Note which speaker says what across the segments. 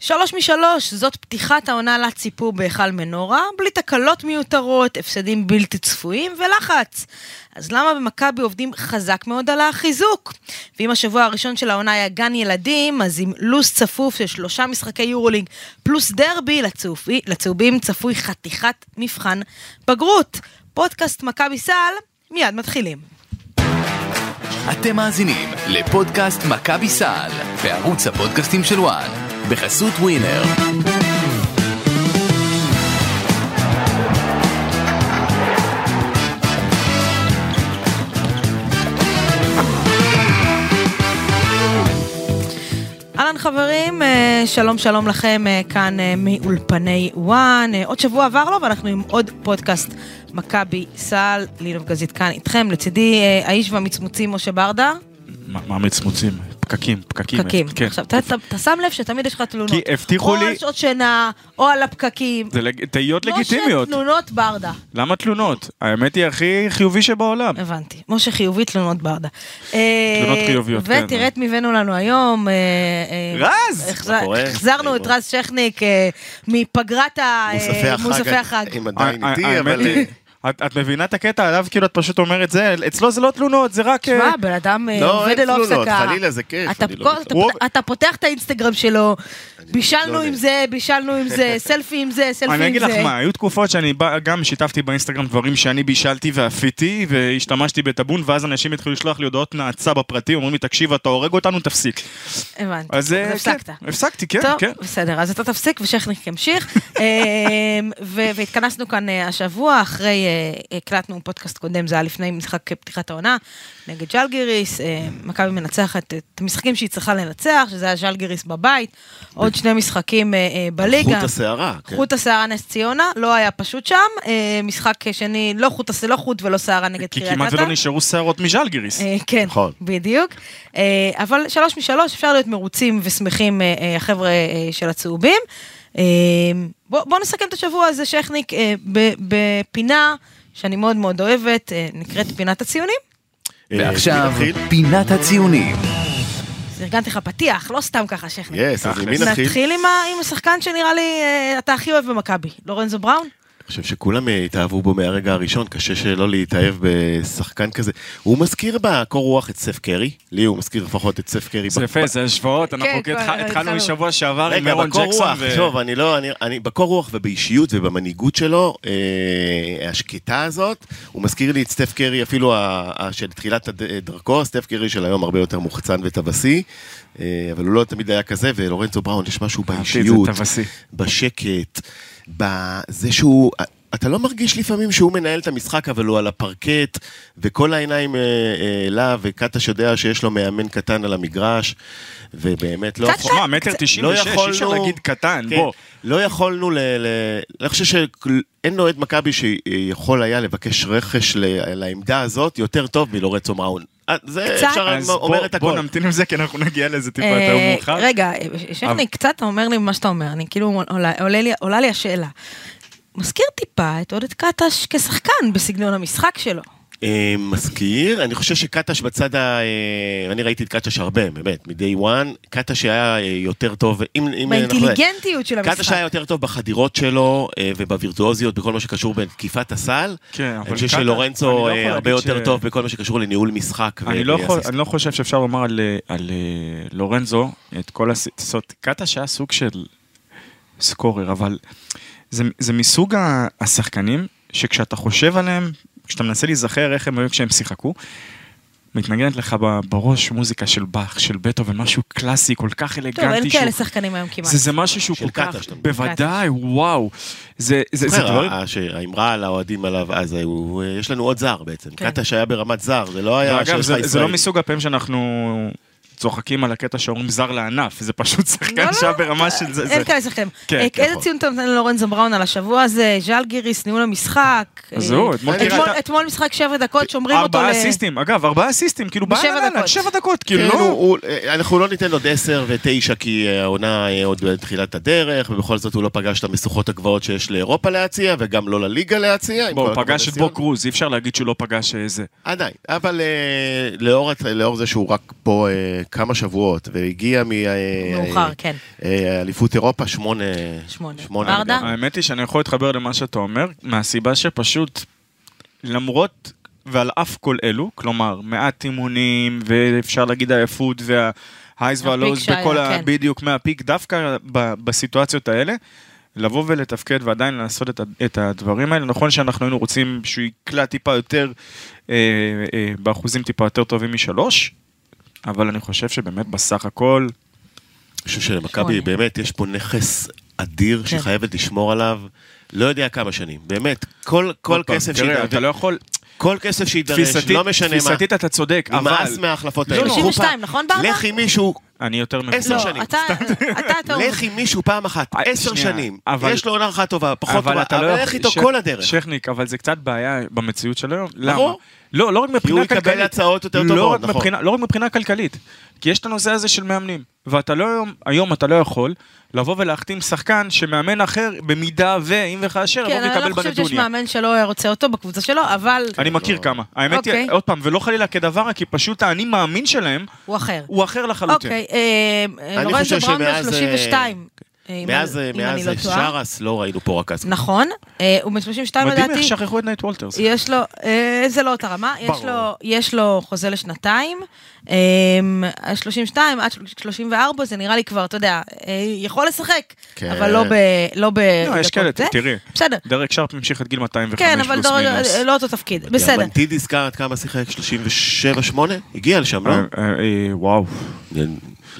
Speaker 1: שלוש משלוש, זאת פתיחת העונה לציפור בהיכל מנורה, בלי תקלות מיותרות, הפסדים בלתי צפויים ולחץ. אז למה במכבי עובדים חזק מאוד על החיזוק? ואם השבוע הראשון של העונה היה גן ילדים, אז עם לו"ז צפוף של שלושה משחקי יורולינג פלוס דרבי, לצופי, לצהובים צפוי חתיכת מבחן בגרות. פודקאסט מכבי סל, מיד מתחילים.
Speaker 2: אתם מאזינים לפודקאסט מכבי סל בערוץ הפודקאסטים של וואן בחסות ווינר.
Speaker 1: אהלן חברים, אה, שלום שלום לכם אה, כאן אה, מאולפני וואן. אה, עוד שבוע עבר לו ואנחנו עם עוד פודקאסט מכבי סל, לינוב גזית כאן איתכם, לצידי אה, האיש והמצמוצים משה ברדה.
Speaker 3: מה מה מצמוצים? פקקים, פקקים.
Speaker 1: פקקים.
Speaker 3: כן.
Speaker 1: עכשיו, אתה- אתה אתה שם לב שתמיד יש לך תלונות.
Speaker 3: כי הבטיחו
Speaker 1: או
Speaker 3: לי-
Speaker 1: על שעות שינה, או על הפקקים.
Speaker 3: זה לג- תהיות
Speaker 1: משה
Speaker 3: לגיטימיות.
Speaker 1: לא תלונות ברדה.
Speaker 3: למה תלונות? האמת היא הכי חיובי שבעולם.
Speaker 1: הבנתי. משה חיובי, תלונות ברדה.
Speaker 3: תלונות חיוביות, כן.
Speaker 1: ותראה את מי הבאנו לנו היום. אה, אה,
Speaker 3: רז!
Speaker 1: החזר-
Speaker 4: מה קורה?
Speaker 1: החזרנו את רז שכניק אה, מפגרת ה- אה,
Speaker 4: מוספי החג.
Speaker 1: מוספי החג.
Speaker 4: הם
Speaker 3: ה-
Speaker 4: עדיין
Speaker 3: ה-
Speaker 4: איתי,
Speaker 3: אה, האמת
Speaker 4: אבל...
Speaker 3: היא, את את מבינה את הקטע עליו? כאילו את פשוט אומרת זה, אצלו זה לא תלונות, זה רק... אה,
Speaker 1: תשמע, בן אדם אה,
Speaker 4: לא,
Speaker 1: עובד
Speaker 4: אין
Speaker 1: ללא
Speaker 4: תלונות,
Speaker 1: הפסקה.
Speaker 4: חלילה, זה כיף,
Speaker 1: אתה
Speaker 4: אני לא
Speaker 1: כל-
Speaker 4: מתלונן.
Speaker 1: אתה
Speaker 3: הוא-
Speaker 1: פותח- אתה פותח את האינסטגרם שלו, בישלנו
Speaker 4: לא מתלונן.
Speaker 1: עם זה, בישלנו עם זה, סלפי עם זה, סלפי עם זה.
Speaker 3: אה, אני אגיד לך מה, היו תקופות שאני בא- גם שיתפתי באינסטגרם דברים שאני בישלתי ואפיתי והשתמשתי בטאבון ואז אנשים התחילו לשלוח לי הודעות נאצה בפרטי, אומרים לי תקשיב אתה הורג אותנו תפסיק.
Speaker 1: הבנתי,
Speaker 3: אז אה,
Speaker 1: אז
Speaker 3: כן,
Speaker 1: הפסקת.
Speaker 3: הפסקתי, כן,
Speaker 1: טוב,
Speaker 3: כן.
Speaker 1: בסדר, אז אתה תפסיק ושכניק ימשיך. אמ, ו- והתכנסנו כאן אה, השבוע, אחרי, אה, הקלטנו פודקאסט קודם, זה היה לפני משחק פתיחת העונה, נגד ז'לגיריס, אה, מכבי מנצחת את המשחקים שהיא צריכה לנצח, שזה היה ז'לגיריס בבית, עוד שני משחקים אה, אה, בליגה.
Speaker 4: חוט השערה, כן.
Speaker 1: חוט השערה נס ציונה, לא היה פשוט שם, אה, משחק שני, לא חוט, הש- לא חוט ולא שערה נגד
Speaker 3: כי
Speaker 1: קריית
Speaker 3: כמעט
Speaker 1: אתא.
Speaker 3: ולא נשארו שערות מז'לגיריס.
Speaker 1: אה, כן,
Speaker 4: נכון.
Speaker 1: בדיוק. אה, אבל שלוש משלוש, אפשר להיות מרוצים ושמחים, אה, אה, החבר'ה אה, של הצהובים. אה, בוא- בואו נסכם את השבוע הזה, שכניק, אה, ב- בפינה שאני מאוד מאוד אוהבת, אה, נקראת פינת הציונים.
Speaker 4: אה,
Speaker 2: ועכשיו
Speaker 4: מי נתחיל?
Speaker 2: פינת הציונים.
Speaker 1: אז ארגנתי לך פתיח, לא סתם ככה, שכניק.
Speaker 4: יס, אז עם מי נתחיל? אני
Speaker 1: נתחיל עם ה- עם השחקן שנראה לי אה, אתה הכי אוהב במכבי, לורנזו בראון?
Speaker 4: חושב שכולם אה, התאהבו בו מהרגע הראשון, קשה שלא להתאהב בשחקן כזה. הוא מזכיר בקור רוח את סף קרי, לי הוא מזכיר לפחות את סף קרי.
Speaker 3: זה
Speaker 4: ב-
Speaker 3: יפה, זה השוואות, אנחנו
Speaker 1: כן,
Speaker 3: כאילו
Speaker 1: כבר
Speaker 3: התח- התחלנו
Speaker 1: התחלנו.
Speaker 3: משבוע שעבר עם
Speaker 4: רגע,
Speaker 3: אירון
Speaker 4: בקור
Speaker 3: ג'קסון.
Speaker 4: רוח,
Speaker 3: ו-
Speaker 4: טוב, אני לא, אני, אני בקור רוח ובאישיות ובמנהיגות שלו, אה, השקטה הזאת, הוא מזכיר לי את סטף קרי, אפילו ה, ה, של תחילת הד- דרכו, סטף קרי של היום הרבה יותר מוחצן וטבסי, אה, אבל הוא לא תמיד היה כזה, ולורנצו בראון, יש משהו
Speaker 3: זה
Speaker 4: באישיות,
Speaker 3: טבסי.
Speaker 4: בשקט, בזה שהוא... אתה לא מרגיש לפעמים שהוא מנהל את המשחק, אבל הוא על הפרקט, וכל העיניים אה, אה, אליו, וקטש יודע שיש לו מאמן קטן על המגרש, ובאמת לא...
Speaker 1: קצת
Speaker 4: יכול-
Speaker 3: שמע, מטר תשעים
Speaker 4: לא
Speaker 3: ושש, אי אפשר
Speaker 4: יכולנו-
Speaker 3: להגיד קטן,
Speaker 4: כן,
Speaker 3: בוא.
Speaker 4: לא יכולנו ל... ל- אני חושב שאין אוהד מכבי שיכול היה לבקש רכש ל- לעמדה הזאת יותר טוב מלורצו בראון. אה, זה
Speaker 1: קצת.
Speaker 4: אפשר
Speaker 3: אז
Speaker 4: אומר
Speaker 3: בוא-
Speaker 4: את
Speaker 3: בוא
Speaker 4: הכל.
Speaker 3: נמתין עם זה, כי אנחנו נגיע לזה טיפה
Speaker 1: אה,
Speaker 3: יותר מאוחר.
Speaker 1: רגע, שכני,
Speaker 3: אבל-
Speaker 1: קצת אתה אומר לי מה שאתה אומר, אני כאילו, עולה- עולה לי- עולה לי השאלה. מזכיר טיפה את עודד קטש כשחקן בסגנון המשחק שלו.
Speaker 4: אה, מזכיר, אני חושב שקטש בצד ה... אה, אני ראיתי את קטש הרבה, באמת, מ-day one. קטש היה אה, יותר טוב, אם... אם אנחנו-
Speaker 1: באינטליגנטיות של
Speaker 4: קטש היה
Speaker 1: המשחק.
Speaker 4: יותר טוב בחדירות שלו אה, ובווירטואוזיות, בכל מה שקשור בתקיפת הסל.
Speaker 3: כן, אבל
Speaker 4: אני חושב
Speaker 3: קטש- אני
Speaker 4: שלורנצו
Speaker 3: לא יכול
Speaker 4: אה, הרבה
Speaker 3: להגיד
Speaker 4: יותר
Speaker 3: ש-
Speaker 4: טוב בכל מה שקשור לניהול משחק.
Speaker 3: אני
Speaker 4: ו-
Speaker 3: לא יכול-
Speaker 4: ואסיסט.
Speaker 3: אני לא חושב שאפשר לומר על, אה, על אה, לורנזו את כל הסיסות. קטש היה סוג של סקורר, אבל זה- זה מסוג ה- השחקנים שכשאתה חושב עליהם, כשאתה מנסה להיזכר איך הם היו כשהם שיחקו, מתנגנת לך ב- בראש מוזיקה של באך, של בטהובן, משהו קלאסי, כל כך
Speaker 1: טוב, אין
Speaker 3: אלגנטי. שהוא-
Speaker 1: כאלה שחקנים היום כמעט.
Speaker 3: זה, זה משהו שהוא
Speaker 4: של
Speaker 3: כל כך,
Speaker 4: קטש, אתה אה, מדבר.
Speaker 3: בוודאי, וואו. זה, זה, זה
Speaker 4: זוכר,
Speaker 3: דברים,
Speaker 4: ה- ה- שהאמרה על האוהדים עליו אז, הוא- אה, יש לנו עוד זר בעצם.
Speaker 1: כן.
Speaker 4: קטש היה ברמת זר, זה לא היה
Speaker 3: אגב,
Speaker 4: שיש לך
Speaker 3: זה, זה לא
Speaker 4: ישראלי.
Speaker 3: מסוג הפעמים שאנחנו צוחקים על הקטע שאומרים זר לענף, זה פשוט
Speaker 1: לא,
Speaker 3: שחקן
Speaker 1: לא,
Speaker 3: שהיה ברמה של זה. זה.
Speaker 1: אין כאלה שחקנים.
Speaker 3: כן,
Speaker 1: אה,
Speaker 3: כן,
Speaker 1: איזה
Speaker 4: נכון.
Speaker 1: ציון אתה נותן ללורנזו בראון על השבוע הזה? ז'אל גיריס, ניהול המשחק.
Speaker 3: אז
Speaker 1: אה,
Speaker 3: זהו, אתמול
Speaker 1: אתמול-
Speaker 3: קריית-
Speaker 1: אתמול משחק שבע דקות, שומרים אותו ל...
Speaker 3: ארבעה אסיסטים, אגב, ארבעה אסיסטים, כאילו
Speaker 1: בשבע
Speaker 3: בעיה,
Speaker 1: דקות.
Speaker 3: שבע דקות, כאילו,
Speaker 4: כן, הוא-
Speaker 3: לא,
Speaker 4: הוא- אנחנו לא ניתן עוד 10 ו-9 כי אה, העונה אה, עוד בתחילת הדרך, ובכל זאת הוא לא פגש את המשוכות הגבוהות שיש לאירופה להציע, וגם לא לליגה להציע. עם
Speaker 3: בוא,
Speaker 4: כל
Speaker 3: הוא
Speaker 4: הכבוד
Speaker 3: פגש את
Speaker 4: לציון.
Speaker 3: בו קרוז, אי אפשר להגיד שהוא לא פגש אה, זה.
Speaker 4: עדיין, אבל אה, לאור, הת- לאור זה שהוא רק פה אה, כמה שבועות, והגיע אה,
Speaker 1: מאוחר, כן.
Speaker 4: מאליפות אה, אירופה שמונה...
Speaker 1: שמונה.
Speaker 4: שמונה
Speaker 1: ברדה?
Speaker 4: גם.
Speaker 3: האמת היא שאני יכול להתחבר למה שאתה אומר, מהסיבה שפשוט, למרות ועל אף כל אלו, כלומר, מעט אימונים, ואפשר להגיד העייפות וההייז והלואוז
Speaker 1: שהיה,
Speaker 3: בכל ה...
Speaker 1: כן.
Speaker 3: בדיוק, מהפיק, דווקא ב- בסיטואציות האלה, לבוא ולתפקד ועדיין לעשות את, ה- את הדברים האלה. נכון שאנחנו היינו רוצים שהוא יקלע טיפה יותר, אה, אה, באחוזים טיפה יותר טובים משלוש, אבל אני חושב שבאמת בסך הכל,
Speaker 4: אני חושב שלמכבי
Speaker 1: שמונה.
Speaker 4: באמת יש פה נכס אדיר שהיא
Speaker 1: כן.
Speaker 4: חייבת לשמור עליו. לא יודע כמה שנים, באמת, כל, כל
Speaker 3: עוד פעם,
Speaker 4: כסף
Speaker 3: תראה,
Speaker 4: שידרש,
Speaker 3: אתה לא יכול,
Speaker 4: כל כסף שידרש,
Speaker 3: תפיסתית,
Speaker 4: לא משנה מה,
Speaker 3: תפיסתית אתה צודק, אבל...
Speaker 4: נמאס מההחלפות
Speaker 3: לא,
Speaker 4: האלה.
Speaker 3: לא.
Speaker 4: קחו פעם-
Speaker 1: 32, נכון, ברדה?
Speaker 4: לך עם מישהו,
Speaker 3: אני יותר מבין.
Speaker 4: עשר
Speaker 1: לא,
Speaker 4: שנים.
Speaker 1: אתה, אתה, אתה,
Speaker 4: לך עם מישהו פעם אחת,
Speaker 3: אה,
Speaker 4: עשר
Speaker 3: שנייה,
Speaker 4: שנים,
Speaker 3: אבל-
Speaker 4: יש לו עונה אחת טובה, פחות
Speaker 3: אבל
Speaker 4: טובה,
Speaker 3: אתה לא
Speaker 4: אבל לך
Speaker 3: יכול-
Speaker 4: איתו
Speaker 3: ש-
Speaker 4: כל הדרך.
Speaker 3: שכניק, אבל זה קצת בעיה במציאות של היום. למה?
Speaker 4: ברור.
Speaker 3: לא, לא רק מבחינה כלכלית.
Speaker 4: הוא יקבל הצעות יותר
Speaker 3: לא
Speaker 4: טובות,
Speaker 3: רק
Speaker 4: נכון.
Speaker 3: מבחינה- לא רק מבחינה כלכלית. כי יש את הנושא הזה של מאמנים. ואתה לא היום, היום אתה לא יכול לבוא ולהחתים שחקן שמאמן אחר, במידה ואם וכאשר,
Speaker 1: כן,
Speaker 3: יבוא
Speaker 1: אני
Speaker 3: ויקבל
Speaker 1: לא חושבת שיש
Speaker 3: בנדוניה.
Speaker 1: מאמן שלא רוצה אותו בקבוצה שלו, אבל
Speaker 3: אני מכיר
Speaker 4: לא.
Speaker 3: כמה. האמת
Speaker 1: אוקיי.
Speaker 3: היא, עוד פעם, ולא חלילה כדבר, רע, כי פשוט האני מאמין שלהם
Speaker 1: הוא אחר.
Speaker 3: הוא אחר לחלוטין.
Speaker 1: אוקיי, אה, אה,
Speaker 4: אני
Speaker 1: לורנזו
Speaker 4: חושב
Speaker 1: בראון בן
Speaker 4: שמאז, אה,
Speaker 1: 32.
Speaker 3: אה,
Speaker 1: אה, אם-
Speaker 4: מאז
Speaker 1: אם
Speaker 4: מאז
Speaker 1: אני לא טועה.
Speaker 4: שרס לא ראינו פה רכז.
Speaker 1: נכון, אה, הוא בן 32
Speaker 3: מדהים איך
Speaker 1: לדעתי.
Speaker 3: שכחו את נייט וולטרס.
Speaker 1: יש לו, אה, זה לא אותה רמה, יש
Speaker 3: ברור.
Speaker 1: לו, יש לו חוזה לשנתיים, אה, ה-32 עד 34 זה נראה לי כבר, אתה יודע, אה, יכול לשחק,
Speaker 4: כן.
Speaker 1: אבל לא ב... לא ב...
Speaker 3: לא, יש
Speaker 1: דקות
Speaker 3: כאלה,
Speaker 1: זה.
Speaker 3: תראי.
Speaker 1: בסדר,
Speaker 3: דרק שרפ המשיך עד גיל 205
Speaker 1: כן, אבל
Speaker 3: פלוס
Speaker 1: דור-
Speaker 3: מינוס.
Speaker 1: אה, לא אותו תפקיד, בסדר.
Speaker 4: מנטידיס קארט כמה שיחק? 37-8? הגיע לשם, לא?
Speaker 3: אה, אה, אה, וואו.
Speaker 4: אני-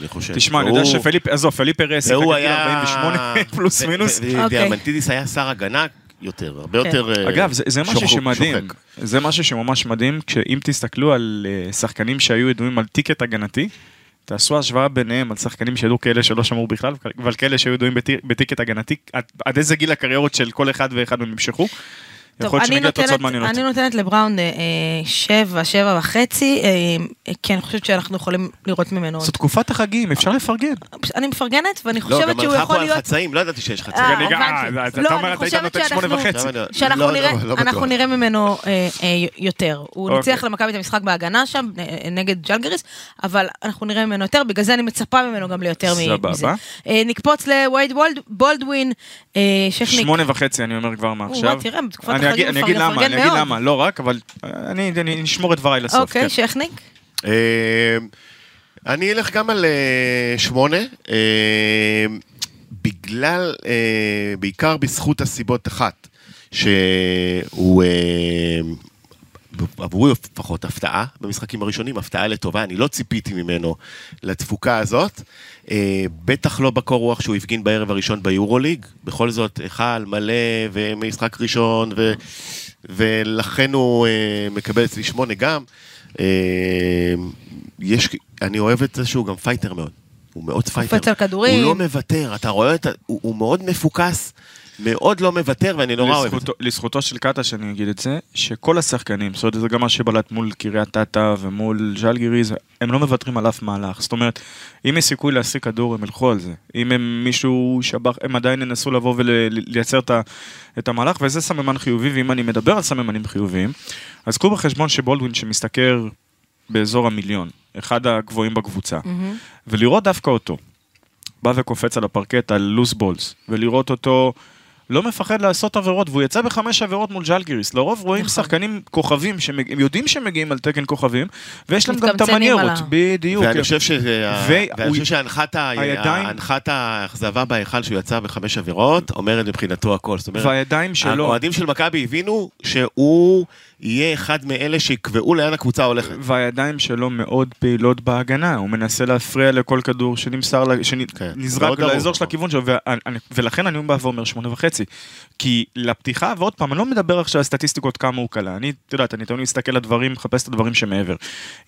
Speaker 4: אני חושב.
Speaker 3: תשמע, אני יודע
Speaker 4: והוא-
Speaker 3: שפליפ, עזוב, פליפ הרס, שיחק
Speaker 4: והוא
Speaker 3: עד גיל
Speaker 4: היה...
Speaker 3: 48 פלוס
Speaker 4: ו-
Speaker 3: מינוס.
Speaker 4: ו- ו-
Speaker 1: אוקיי.
Speaker 4: דיאמנטידיס היה שר הגנה יותר, הרבה
Speaker 1: כן.
Speaker 4: יותר... אה,
Speaker 3: אגב, זה- זה משהו
Speaker 4: שוחק-
Speaker 3: שמדהים,
Speaker 4: שוחק.
Speaker 3: זה משהו שממש מדהים, כשאם תסתכלו על אה, שחקנים שהיו ידועים על טיקט הגנתי, תעשו השוואה ביניהם על שחקנים שידעו כאלה שלא שמעו בכלל, אבל כאלה שהיו ידועים בטי- בטיקט הגנתי, עד- עד איזה גיל הקריירות של כל אחד ואחד מהם נמשכו.
Speaker 1: טוב,
Speaker 3: יכול להיות
Speaker 1: אני
Speaker 3: שנגיע לתוצאות
Speaker 1: נותנת-
Speaker 3: מעניינות.
Speaker 1: אני נותנת לבראון אה, אה, שבע, שבע וחצי, אה, אה, כי אני חושבת שאנחנו יכולים לראות ממנו עוד.
Speaker 3: זו תקופת החגים, אפשר לפרגן.
Speaker 1: אני מפרגנת, ואני
Speaker 4: לא,
Speaker 1: חושבת
Speaker 4: גם
Speaker 1: שהוא
Speaker 4: הלכה פה
Speaker 1: יכול
Speaker 4: על
Speaker 1: להיות...
Speaker 4: חצאים, לא ידעתי שיש
Speaker 1: אה,
Speaker 4: חצאים.
Speaker 3: אני גם-
Speaker 1: הבנתי.
Speaker 3: אה, אז אתה
Speaker 1: לא,
Speaker 3: אומר,
Speaker 1: אני
Speaker 3: אתה היית
Speaker 1: חושבת
Speaker 3: נותן שמונה
Speaker 1: שאנחנו-
Speaker 3: וחצי.
Speaker 4: עכשיו אני יודע.
Speaker 1: שאנחנו
Speaker 4: לא,
Speaker 1: נראה,
Speaker 4: לא, לא
Speaker 1: אנחנו
Speaker 4: בטוח.
Speaker 1: נראה ממנו אה, אה, יותר. הוא
Speaker 3: אוקיי.
Speaker 1: ניצח למכבי את המשחק בהגנה שם, אה, נגד ג'לגריס, אבל אנחנו נראה ממנו יותר, בגלל זה אני מצפה ממנו גם ליותר מ-
Speaker 3: סבבה.
Speaker 1: מזה. אה, נקפוץ לווייד וולד- בולדווין, אה, שכניק.
Speaker 3: שמונה וחצי אני אומר כבר מעכשיו.
Speaker 1: וואי, תראה, בתקופת
Speaker 3: אני
Speaker 1: החגים
Speaker 3: אגיד- אני אגיד
Speaker 1: מפרגן
Speaker 3: למה, אני אגיד
Speaker 1: מאוד.
Speaker 3: למה, לא רק, אבל אה, אני אני אשמור את דבריי לסוף. כן.
Speaker 1: אוקיי, שכניק.
Speaker 4: אה, אני אלך גם על אה, שמונה, אה, בגלל, אה, בעיקר בזכות הסיבות אחת, שהוא אה, עבורי לפחות הפתעה במשחקים הראשונים, הפתעה לטובה, אני לא ציפיתי ממנו לתפוקה הזאת. אה, בטח לא בקור רוח שהוא הפגין בערב הראשון ביורוליג, בכל זאת היכל מלא ומשחק ראשון, ו... ולכן הוא אה, מקבל אצלי שמונה גם. אה, יש, אני אוהב את זה שהוא גם פייטר מאוד, הוא מאוד פייטר.
Speaker 1: על כדורים.
Speaker 4: הוא לא מוותר, אתה רואה, את ה- הוא, הוא מאוד מפוקס, מאוד לא מוותר, ואני נורא אוהב את זה.
Speaker 3: לזכותו, לזכותו של קאטה שאני אגיד את זה, שכל השחקנים, זאת אומרת זה גם מה שבלט מול קריית אתא ומול ז'לגיריז, הם לא מוותרים על אף מהלך, זאת אומרת, אם יש סיכוי להשיג כדור הם ילכו על זה, אם הם מישהו שבח, הם עדיין ינסו לבוא ולייצר את, ה- את המהלך, וזה סממן חיובי, ואם אני מדבר על סממנים חיוביים, אז קחו בחשבון שבולדווין שמשתכר באזור המיליון, אחד הגבוהים בקבוצה, ולראות דווקא אותו, בא וקופץ על הפרקט על לוס בולס, ולראות אותו לא מפחד לעשות עבירות, והוא יצא בחמש עבירות מול ז'לגיריס. לרוב רואים
Speaker 1: נכון.
Speaker 3: שחקנים כוכבים, שהם יודעים שהם מגיעים על תקן כוכבים, ויש להם גם את
Speaker 1: מתקמצנים
Speaker 3: המניירות,
Speaker 1: על ה-
Speaker 3: בדיוק.
Speaker 4: ואני חושב שזה...
Speaker 3: ו-
Speaker 4: ואני
Speaker 3: הוא-
Speaker 4: חושב שהנחת ה-
Speaker 3: הידיים-
Speaker 4: הנחת האכזבה בהיכל שהוא יצא בחמש עבירות, אומרת מבחינתו הכל. זאת אומרת,
Speaker 3: והידיים שלו,
Speaker 4: האוהדים של מכבי הבינו שהוא יהיה אחד מאלה שיקבעו לאן הקבוצה הולכת.
Speaker 3: והידיים שלו מאוד פעילות בהגנה, הוא מנסה להפריע לכל כדור שנמסר, ל-
Speaker 4: כן,
Speaker 3: שנזרק
Speaker 4: מאוד
Speaker 3: כן, לאזור
Speaker 4: ברור.
Speaker 3: של הכיוון שלו, ואני- ולכן אני בא ואומר שמונה וחצי. כי לפתיחה, ועוד פעם, אני לא מדבר עכשיו על סטטיסטיקות כמה הוא קלע, אני, את יודעת, אני תמיד מסתכל על הדברים, מחפש את הדברים שמעבר.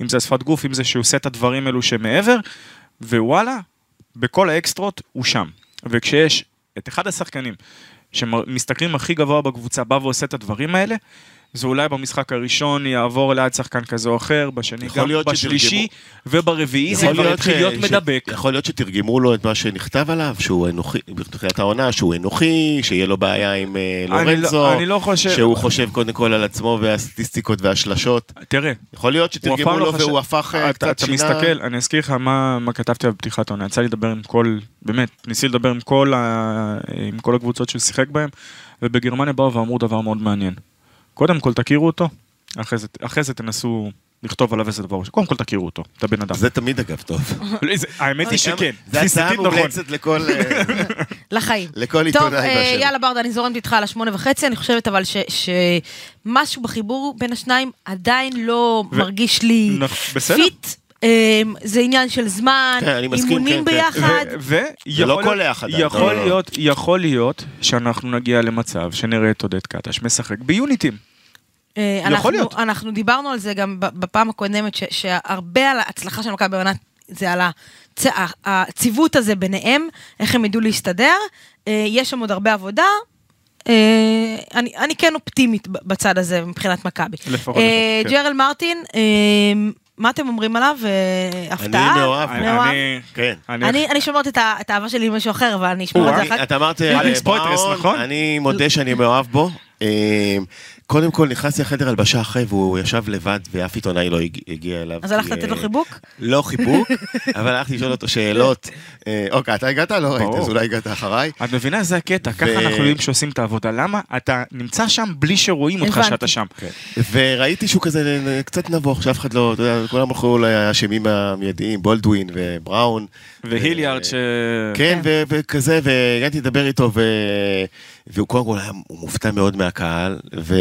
Speaker 3: אם זה השפת גוף, אם זה שהוא עושה את הדברים האלו שמעבר, ווואלה, בכל האקסטרות הוא שם. וכשיש את אחד השחקנים שמסתכלים הכי גבוה בקבוצה, בא ועושה את הדברים האלה, זה אולי במשחק הראשון יעבור ליד שחקן כזה או אחר, בשני
Speaker 4: יכול
Speaker 3: גם,
Speaker 4: להיות
Speaker 3: בשלישי וברביעי זה
Speaker 4: יכול
Speaker 3: כבר
Speaker 4: להיות
Speaker 3: יתחיל
Speaker 4: ש-
Speaker 3: להיות
Speaker 4: ש-
Speaker 3: מדבק.
Speaker 4: יכול להיות שתרגמו לו את מה שנכתב עליו, שהוא אנוכי, בתחילת העונה, שהוא אנוכי, שיהיה לו בעיה עם אה,
Speaker 3: אני
Speaker 4: לורנזו,
Speaker 3: לא- אני לא חושב-
Speaker 4: שהוא חושב קודם כל על עצמו והסטטיסטיקות והשלשות.
Speaker 3: תראה,
Speaker 4: יכול להיות
Speaker 3: הוא אף
Speaker 4: שתרגמו
Speaker 3: פעם לא
Speaker 4: לו
Speaker 3: חשב...
Speaker 4: והוא הפך, אה,
Speaker 3: אתה,
Speaker 4: קצת
Speaker 3: אתה
Speaker 4: שינה.
Speaker 3: מסתכל, אני אזכיר לך מה, מה כתבתי על פתיחת העונה. יצא לי לדבר עם כל, באמת, ניסיתי לדבר עם כל, ה, עם כל הקבוצות שהוא שיחק בהן, ובגרמניה באו ואמרו דבר מאוד מעניין. קודם כל תכירו אותו, אחרי זה, אחרי זה תנסו לכתוב עליו איזה דבר. קודם כל תכירו אותו, את הבן אדם.
Speaker 4: זה תמיד אגב טוב.
Speaker 3: לא, זה- האמת היא שכן,
Speaker 4: זה הצעה
Speaker 3: תפיסתית נכון.
Speaker 4: מומלצת לכל... אה,
Speaker 1: לחיים.
Speaker 4: לכל
Speaker 1: טוב,
Speaker 4: עיתונאי
Speaker 1: אה,
Speaker 4: באשר.
Speaker 1: יאללה ברדה, אני זורמת איתך על השמונה וחצי, אני חושבת אבל ש- שמשהו בחיבור בין השניים עדיין לא
Speaker 3: ו-
Speaker 1: מרגיש לי
Speaker 3: נכ- בסדר.
Speaker 1: פיט. אה, זה עניין של זמן,
Speaker 4: כן, אני מסכים,
Speaker 1: אימונים
Speaker 4: כן, כן.
Speaker 1: ביחד.
Speaker 3: ויכול
Speaker 4: לא קולח עדיין,
Speaker 3: יכול,
Speaker 4: לא, לא, לא.
Speaker 3: להיות, יכול להיות שאנחנו נגיע למצב שנראה את עודד קטש משחק ביוניטים.
Speaker 1: אה,
Speaker 3: יכול
Speaker 1: אנחנו-
Speaker 3: להיות.
Speaker 1: אנחנו דיברנו על זה גם ב- בפעם הקודמת, ש- שהרבה על ההצלחה של מכבי בעונה זה על הצ- ה- הציוות הזה ביניהם, איך הם ידעו להסתדר. אה, יש שם עוד הרבה עבודה. אה, אני, אני כן אופטימית ב- בצד הזה מבחינת מכבי.
Speaker 3: לפחות,
Speaker 1: אה,
Speaker 3: כן.
Speaker 1: ג'רל מרטין, אה, מה אתם אומרים עליו? אה, הפתעה?
Speaker 4: אני לא מאוהב.
Speaker 1: מאוהב?
Speaker 3: אני-
Speaker 4: כן.
Speaker 1: אני, אני שומרת את, ה- את האהבה שלי למישהו אחר, אבל אני אשמור את זה
Speaker 4: אני-
Speaker 1: אחר כך.
Speaker 4: את אמרת אה,
Speaker 3: אלכס פויטרס,
Speaker 4: בראון,
Speaker 3: נכון?
Speaker 4: אני מודה שאני מאוהב בו. אה, קודם כל נכנסתי לחדר הלבשה אחרי והוא ישב לבד ואף עיתונאי לא הג- הגיע אליו.
Speaker 1: אז הלכת
Speaker 4: כי,
Speaker 1: לתת לו
Speaker 4: אה,
Speaker 1: חיבוק?
Speaker 4: לא חיבוק, אבל הלכתי לשאול אותו שאלות. אה, אוקיי, אתה הגעת? לא ראיתי,
Speaker 3: ברור.
Speaker 4: אז אולי הגעת אחריי.
Speaker 3: את מבינה? זה הקטע, ככה אנחנו יודעים שעושים את העבודה. למה? אתה נמצא שם בלי שרואים אותך
Speaker 1: הבנתי.
Speaker 3: שאתה שם.
Speaker 4: כן. וראיתי שהוא כזה אה, קצת נבוך, שאף אחד לא, אתה יודע, כולם הלכו לאשמים המיידיים, בולדווין ובראון.
Speaker 3: והיליארד
Speaker 4: אה,
Speaker 3: ש...
Speaker 4: כן, ו- וכזה, והגעתי לדבר איתו, ו- והוא קודם כל היה הוא מופתע מאוד מהקהל, ו-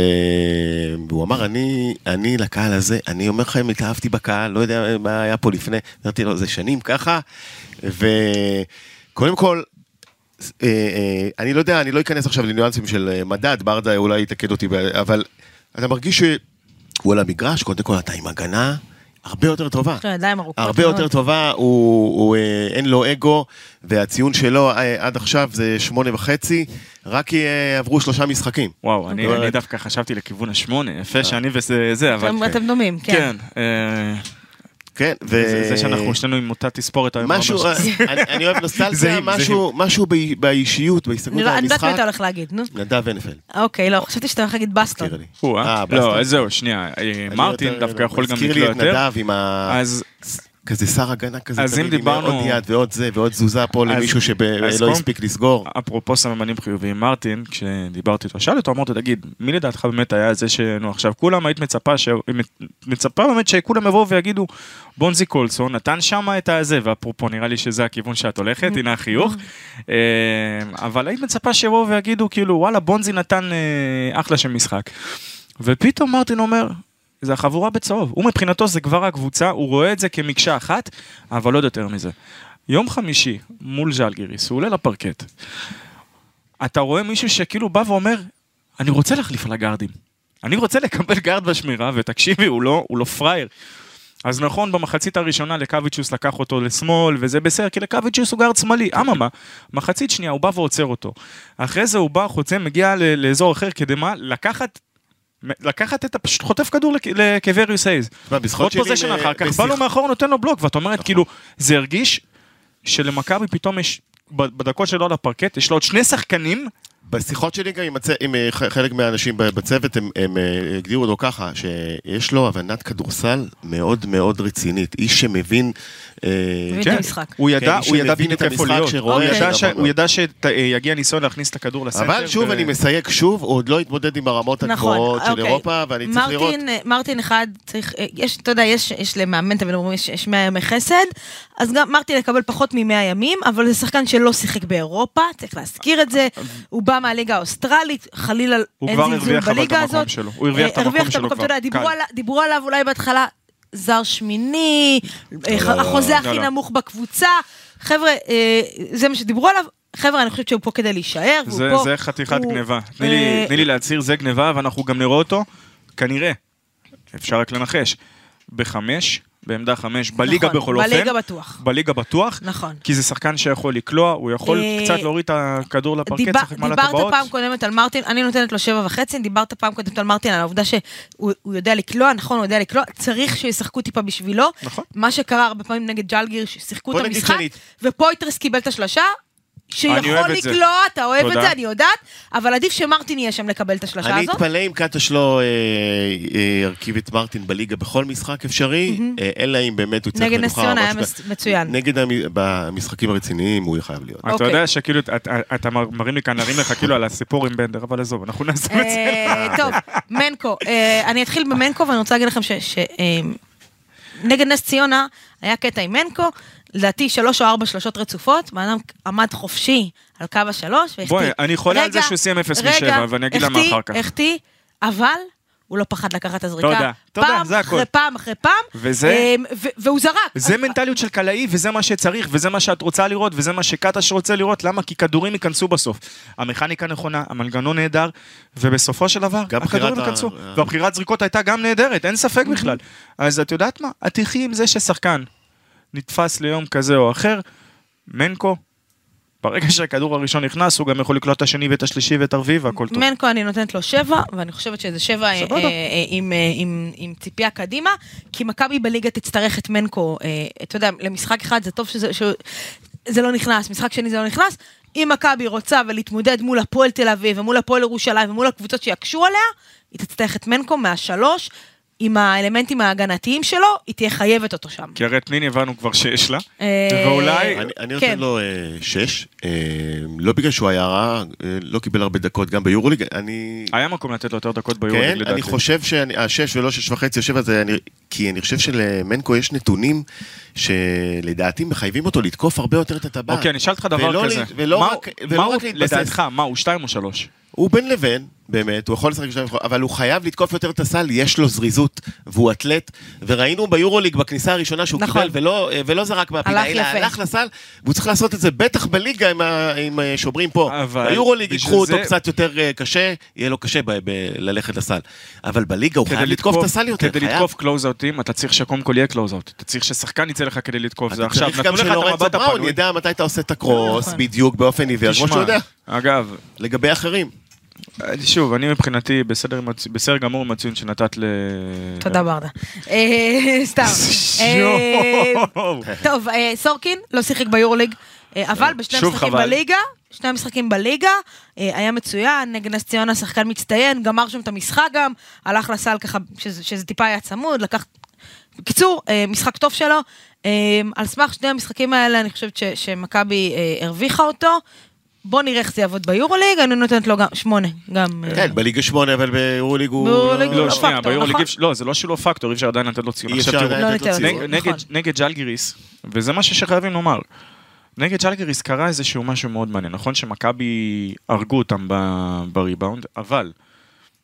Speaker 4: והוא אמר, אני, אני לקהל הזה, אני אומר לכם, התאהבתי בקהל, לא יודע מה היה פה לפני, אמרתי לו, זה שנים ככה, וקודם כל, אה, אה, אני לא יודע, אני לא אכנס עכשיו לניואנסים של אה, מדד, ברדה אולי יתקן אותי, ב- אבל אתה מרגיש שהוא על המגרש, קודם כל אתה עם הגנה הרבה יותר טובה.
Speaker 1: יש לו ידיים ארוכות
Speaker 4: הרבה
Speaker 1: מאוד.
Speaker 4: יותר טובה, הוא, הוא, אה, אין לו אגו, והציון שלו אה, עד עכשיו זה שמונה וחצי, רק כי אה, עברו שלושה משחקים.
Speaker 3: וואו, אני
Speaker 4: אוקיי.
Speaker 3: אני דווקא חשבתי לכיוון השמונה,
Speaker 4: אה.
Speaker 3: יפה שאני וזה, זה, אבל...
Speaker 1: אתם- אתם דומים, כן.
Speaker 3: כן. אה,
Speaker 4: כן, ו...
Speaker 3: זה זה שאנחנו שנינו עם אותה תספורת היום.
Speaker 4: משהו,
Speaker 3: ממש.
Speaker 4: אה, אני, אני אוהב
Speaker 3: זהים,
Speaker 4: נוסטלציה,
Speaker 3: זהים.
Speaker 4: משהו, משהו באי- באישיות,
Speaker 1: אני
Speaker 4: בהסתכלות
Speaker 1: לא-
Speaker 4: על
Speaker 1: אני יודעת מה
Speaker 4: המשחק.
Speaker 1: אתה הולך להגיד, נו.
Speaker 4: נדב ונפל,
Speaker 1: אוקיי, לא, חשבתי שאתה הולך להגיד בסטון.
Speaker 4: תראה לי.
Speaker 3: או-אה.
Speaker 4: אה, בסטון.
Speaker 3: לא, זהו, שנייה. אה,
Speaker 4: אני
Speaker 3: מרטין
Speaker 4: יותר-
Speaker 3: דווקא יכול גם
Speaker 4: הזכיר
Speaker 3: לקלוע
Speaker 4: לי את
Speaker 3: יותר.
Speaker 4: נדב אה, עם ה...
Speaker 3: אז
Speaker 4: כזה שר הגנה כזה,
Speaker 3: אז אם
Speaker 4: תמיד עם
Speaker 3: דיברנו-
Speaker 4: עוד יד ועוד זה ועוד תזוזה פה
Speaker 3: אז-
Speaker 4: למישהו
Speaker 3: אז
Speaker 4: שלא
Speaker 3: קודם-
Speaker 4: הספיק לסגור.
Speaker 3: אפרופו סממנים חיוביים, מרטין, כשדיברתי איתו, שאל אותו, אמרתי, תגיד, מי לדעתך באמת היה זה שנו עכשיו? כולם, היית מצפה, ש... מצפה באמת שכולם יבואו ויגידו, בונזי קולסון נתן שם את הזה, ואפרופו, נראה לי שזה הכיוון שאת הולכת, הנה החיוך. אה, אבל היית מצפה שיבואו ויגידו, כאילו, וואלה, בונזי נתן אה, אחלה של משחק. ופתאום מרטין אומר, זה החבורה בצהוב. הוא מבחינתו זה כבר הקבוצה, הוא רואה את זה כמקשה אחת, אבל עוד יותר מזה. יום חמישי מול ז'לגיריס, הוא עולה לפרקט. אתה רואה מישהו שכאילו בא ואומר, אני רוצה להחליף על הגארדים. אני רוצה לקבל גארד בשמירה, ותקשיבי, הוא לא, הוא לא פראייר. אז נכון, במחצית הראשונה לקוויצ'וס לקח אותו לשמאל, וזה בסדר, כי לקוויצ'וס הוא גארד שמאלי. אממה, מחצית שנייה הוא בא ועוצר אותו. אחרי זה הוא בא, חוצה, מגיע ל- לאזור אחר, כדי מה? לקחת... לקחת את ה... פשוט חוטף כדור לק- לקווריוס אייז.
Speaker 4: תשמע, בזכות
Speaker 3: עוד
Speaker 4: שלי,
Speaker 3: פוזיישן
Speaker 4: אה,
Speaker 3: אחר כך, בא
Speaker 4: בשיח- נכון.
Speaker 3: לו מאחור, נותן לו בלוק, ואת אומרת, כאילו, זה הרגיש שלמכבי פתאום יש, בדקות שלו על הפרקט, יש לו עוד שני שחקנים
Speaker 4: בשיחות שלי גם עם, הצ... עם אה, ח- חלק מהאנשים ב- בצוות, הם, הם אה, הגדירו אותו ככה, שיש לו הבנת כדורסל מאוד מאוד רצינית. איש שמבין... אה,
Speaker 1: מבין את
Speaker 3: כן.
Speaker 1: המשחק.
Speaker 3: הוא
Speaker 4: כן,
Speaker 3: ידע,
Speaker 4: מי
Speaker 3: הוא ידע
Speaker 4: שמבין
Speaker 3: בדיוק
Speaker 4: את
Speaker 3: איפה
Speaker 4: המשחק
Speaker 3: להיות.
Speaker 4: שרואה
Speaker 3: הוא ידע
Speaker 4: את
Speaker 3: ש-
Speaker 4: הדבר.
Speaker 3: הוא ידע שיגיע ניסיון להכניס את הכדור לסנטר.
Speaker 4: אבל שוב,
Speaker 3: ו-
Speaker 4: אני מסייג שוב, הוא עוד לא התמודד עם הרמות הגבוהות של
Speaker 1: אוקיי.
Speaker 4: אירופה, ואני צריך לראות...
Speaker 1: מרטין, אה, מרטין אחד צריך, אה, יש, אתה יודע, יש, יש למאמן, תמיד אומרים, יש, יש 100 ימי חסד, אז גם מרטין יקבל פחות מ-100 ימים, אבל זה שחקן שלא שיחק באירופה, צריך להזכיר את זה, הוא בא מהליגה האוסטרלית, חלילה
Speaker 3: הוא
Speaker 1: אין
Speaker 3: כבר
Speaker 1: זלזול
Speaker 3: הרוויח אבל את
Speaker 1: בליגה
Speaker 3: המקום
Speaker 1: הזאת.
Speaker 3: שלו. הוא הרוויח
Speaker 1: אה,
Speaker 3: את המקום שלו
Speaker 1: אתה יודע,
Speaker 3: כבר,
Speaker 1: דיברו
Speaker 3: קל.
Speaker 1: עליו- דיברו עליו אולי בהתחלה, זר שמיני, אה,
Speaker 4: לא, לא,
Speaker 1: החוזה
Speaker 3: לא,
Speaker 1: הכי
Speaker 3: לא.
Speaker 1: נמוך בקבוצה, חבר'ה, אה, זה מה שדיברו עליו. חבר'ה, אני חושבת שהוא פה כדי להישאר, והוא
Speaker 3: זה
Speaker 1: פה.
Speaker 3: זה חתיכת
Speaker 1: הוא-
Speaker 3: גניבה. תני
Speaker 1: אה,
Speaker 3: לי- תני לי להצהיר, זה גניבה, ואנחנו גם נראה אותו, כנראה, אפשר רק לנחש, בחמש, בעמדה חמש, בליגה
Speaker 1: נכון,
Speaker 3: בכל אופן.
Speaker 1: בליגה בטוח.
Speaker 3: בליגה בטוח.
Speaker 1: נכון.
Speaker 3: כי זה שחקן שיכול לקלוע, הוא יכול
Speaker 1: אה,
Speaker 3: קצת להוריד את הכדור לפרקט,
Speaker 1: דיבר-
Speaker 3: לשחק מעל
Speaker 1: דיברת
Speaker 3: הטבעות.
Speaker 1: פעם קודמת על מרטין, אני נותנת לו שבע וחצי, דיברת פעם קודמת על מרטין, על העובדה שהוא הוא יודע לקלוע, נכון, הוא יודע לקלוע, צריך שישחקו טיפה בשבילו.
Speaker 3: נכון.
Speaker 1: מה שקרה הרבה פעמים נגד ג'לגיר, ששיחקו את
Speaker 4: בוא נגיד
Speaker 1: המשחק,
Speaker 4: שאני-
Speaker 1: ופויטרס קיבל את השלושה.
Speaker 3: אני
Speaker 1: שיכול
Speaker 3: אוהב את זה.
Speaker 1: לקלוע, אתה אוהב את
Speaker 3: תודה.
Speaker 1: זה, אני יודעת, אבל עדיף שמרטין יהיה שם לקבל את השלושה
Speaker 4: אני
Speaker 1: הזאת.
Speaker 4: אתפלא אם קטש לא אה, אה, ירכיב את מרטין בליגה בכל משחק אפשרי, אה, אלא אם באמת הוא צריך
Speaker 1: נגד נס
Speaker 4: מנוחה. או
Speaker 1: ציונה היה
Speaker 4: משהו
Speaker 1: מס-
Speaker 4: כזה.
Speaker 1: מצוין.
Speaker 4: נגד המ- במשחקים הרציניים הוא חייב להיות.
Speaker 3: אתה
Speaker 1: אוקיי.
Speaker 3: יודע שכאילו, את- את- אתה מר- מרים לי כאן, נרים לך כאילו על הסיפור עם בנדר, אבל עזוב, אנחנו נעזוב את זה.
Speaker 1: אה, טוב, מנקו. אה, אני אתחיל במנקו, ואני רוצה להגיד לכם ש... ש- אה, נגד נס ציונה היה קטע עם מנקו, לדעתי שלוש או ארבע שלושות רצופות, בן אדם עמד חופשי על קו השלוש והחטיא.
Speaker 3: בואי, אני חולה על
Speaker 1: רגע,
Speaker 3: זה שהוא סיים אפס
Speaker 1: רגע,
Speaker 3: משבע, ואני אגיד למה
Speaker 1: החטיא,
Speaker 3: אחר כך.
Speaker 1: החטיא, אבל הוא לא פחד לקחת את הזריקה.
Speaker 3: תודה, תודה,
Speaker 1: פעם
Speaker 3: זה הכל.
Speaker 1: אחרי פעם אחרי פעם.
Speaker 3: וזה-
Speaker 1: אה, ו- והוא זרק.
Speaker 3: זה
Speaker 1: אז-
Speaker 3: מנטליות של קלעי, וזה מה שצריך, וזה מה שאת רוצה לראות, וזה מה שקטש רוצה לראות, למה? כי כדורים ייכנסו בסוף. המכניקה נכונה, המנגנון נהדר, ובסופו של דבר,
Speaker 4: גם
Speaker 3: הכדורים
Speaker 4: בחירת ה- אה.
Speaker 3: ייכנסו.
Speaker 4: ה-
Speaker 3: והבחירת זריקות הייתה גם נהדרת, אין ספק בכלל. אז את יודעת מה? את תחי עם זה ששחקן נתפס ליום כזה או אחר, מנקו, ברגע שהכדור הראשון נכנס, הוא גם יכול לקלוט את השני ואת השלישי ואת הרביעי והכל טוב.
Speaker 1: מנקו אני נותנת לו שבע, ואני חושבת שזה שבע אה,
Speaker 3: סבבה.
Speaker 1: אה, אה, עם, אה, עם, עם ציפייה קדימה, כי מכבי בליגה תצטרך את מנקו, אה, אתה יודע, למשחק אחד זה טוב שזה, שזה לא נכנס, משחק שני זה לא נכנס. אם מכבי רוצה ולהתמודד מול הפועל תל אביב ומול הפועל ירושלים ומול הקבוצות שיקשו עליה, היא תצטרך את מנקו מהשלוש, עם האלמנטים ההגנתיים שלו, היא תהיה חייבת אותו שם.
Speaker 3: כי הרי את ניני הבנו כבר שיש לה,
Speaker 1: אה,
Speaker 3: ואולי...
Speaker 4: אני, אני
Speaker 1: כן.
Speaker 4: נותן לו אה, שש, אה, לא בגלל שהוא היה רע, אה, לא קיבל הרבה דקות גם ביורוליג, אני...
Speaker 3: היה מקום לתת לו יותר דקות ביורוליג
Speaker 4: כן,
Speaker 3: לדעתי.
Speaker 4: אני חושב שהשש ולא שש וחצי, השבע זה, אני, כי אני חושב שלמנקו יש נתונים שלדעתי מחייבים אותו לתקוף הרבה יותר את הטבעת.
Speaker 3: אוקיי, אני אשאל אותך דבר
Speaker 4: ולא
Speaker 3: כזה.
Speaker 4: לה- ולא
Speaker 3: מה-
Speaker 4: רק, ולא
Speaker 3: מה
Speaker 4: רק
Speaker 3: הוא-
Speaker 4: להתבסס.
Speaker 3: לדעתך, מה, הוא שתיים או שלוש?
Speaker 4: הוא בין לבין, באמת, הוא יכול לשחק בשניים, אבל הוא חייב לתקוף יותר את הסל, יש לו זריזות, והוא אתלט, וראינו ביורוליג בכניסה הראשונה שהוא
Speaker 1: נכון.
Speaker 4: נכון. קיבל, ולא, ולא זרק מהפינה,
Speaker 1: הלך
Speaker 4: אלא
Speaker 1: יפה.
Speaker 4: הלך לסל, והוא צריך לעשות את זה בטח בליגה עם, ה- עם אה, שאומרים פה.
Speaker 3: אבל
Speaker 4: ביורוליג
Speaker 3: בשביל
Speaker 4: ייקחו אותו
Speaker 3: זה-
Speaker 4: קצת יותר אה, קשה, יהיה לו קשה ב- ב- ללכת לסל. אבל בליגה הוא חייב לתקוף את הסל יותר,
Speaker 3: כדי
Speaker 4: חייב.
Speaker 3: לתקוף קלוזאוטים, אתה צריך שקודם כל יהיה קלוזאוט. אתה צריך ששחקן יצא לך כדי לתקוף. זה
Speaker 4: אתה
Speaker 3: עכשיו,
Speaker 4: צריך גם
Speaker 3: נתנו לך את
Speaker 4: שלורנצו
Speaker 3: המבט
Speaker 4: בראון
Speaker 3: הפנוי.
Speaker 4: ידע מתי אתה עושה את הקרוס,
Speaker 1: נכון.
Speaker 4: בדיוק באופן עיוור, כמו
Speaker 3: תשמע,
Speaker 4: שהוא יודע,
Speaker 3: אגב,
Speaker 4: לגבי אחרים.
Speaker 3: שוב, אני מבחינתי בסדר עם הצ- בסדר גמור עם הציון שנתת ל...
Speaker 1: תודה ברדה. אה, סתם. אה,
Speaker 3: יואו.
Speaker 1: טוב, אה, סורקין לא שיחק ביורוליג, אה, אבל בשני
Speaker 3: שוב
Speaker 1: המשחקים
Speaker 3: חבל.
Speaker 1: בליגה, שני המשחקים בליגה, אה, היה מצוין, נגד נס ציונה שחקן מצטיין, גמר שם את המשחק גם, הלך לסל ככה, שזה שזה טיפה היה צמוד, לקח... בקיצור, אה, משחק טוב שלו. אה, על סמך שני המשחקים האלה, אני חושבת ש- שמכבי אה, הרוויחה אותו. בוא נראה איך זה יעבוד ביורוליג, אני נותנת לו גם שמונה, גם... אה,
Speaker 4: כן, בליגה שמונה, אבל ביורוליג הוא...
Speaker 1: ביורוליג הוא
Speaker 3: לא,
Speaker 1: לא
Speaker 3: שנייה,
Speaker 1: פקטור,
Speaker 3: ביורוליג...
Speaker 1: נכון?
Speaker 3: אי אפשר- לא, זה לא שלא פקטור, אי אפשר עדיין לתת לו ציון.
Speaker 4: אי
Speaker 3: עכשיו
Speaker 4: אפשר
Speaker 3: תראו,
Speaker 4: עדיין
Speaker 1: לא
Speaker 4: לתת
Speaker 1: ניתן
Speaker 4: לו
Speaker 1: לו
Speaker 4: ציון.
Speaker 1: ציון.
Speaker 3: כן, נגד, נגד,
Speaker 1: נכון.
Speaker 3: נגד ג'לגיריס, וזה משהו שחייבים לומר, נגד ג'לגיריס קרה איזשהו משהו מאוד מעניין, נכון שמכבי הרגו אותם ב, בריבאונד, אבל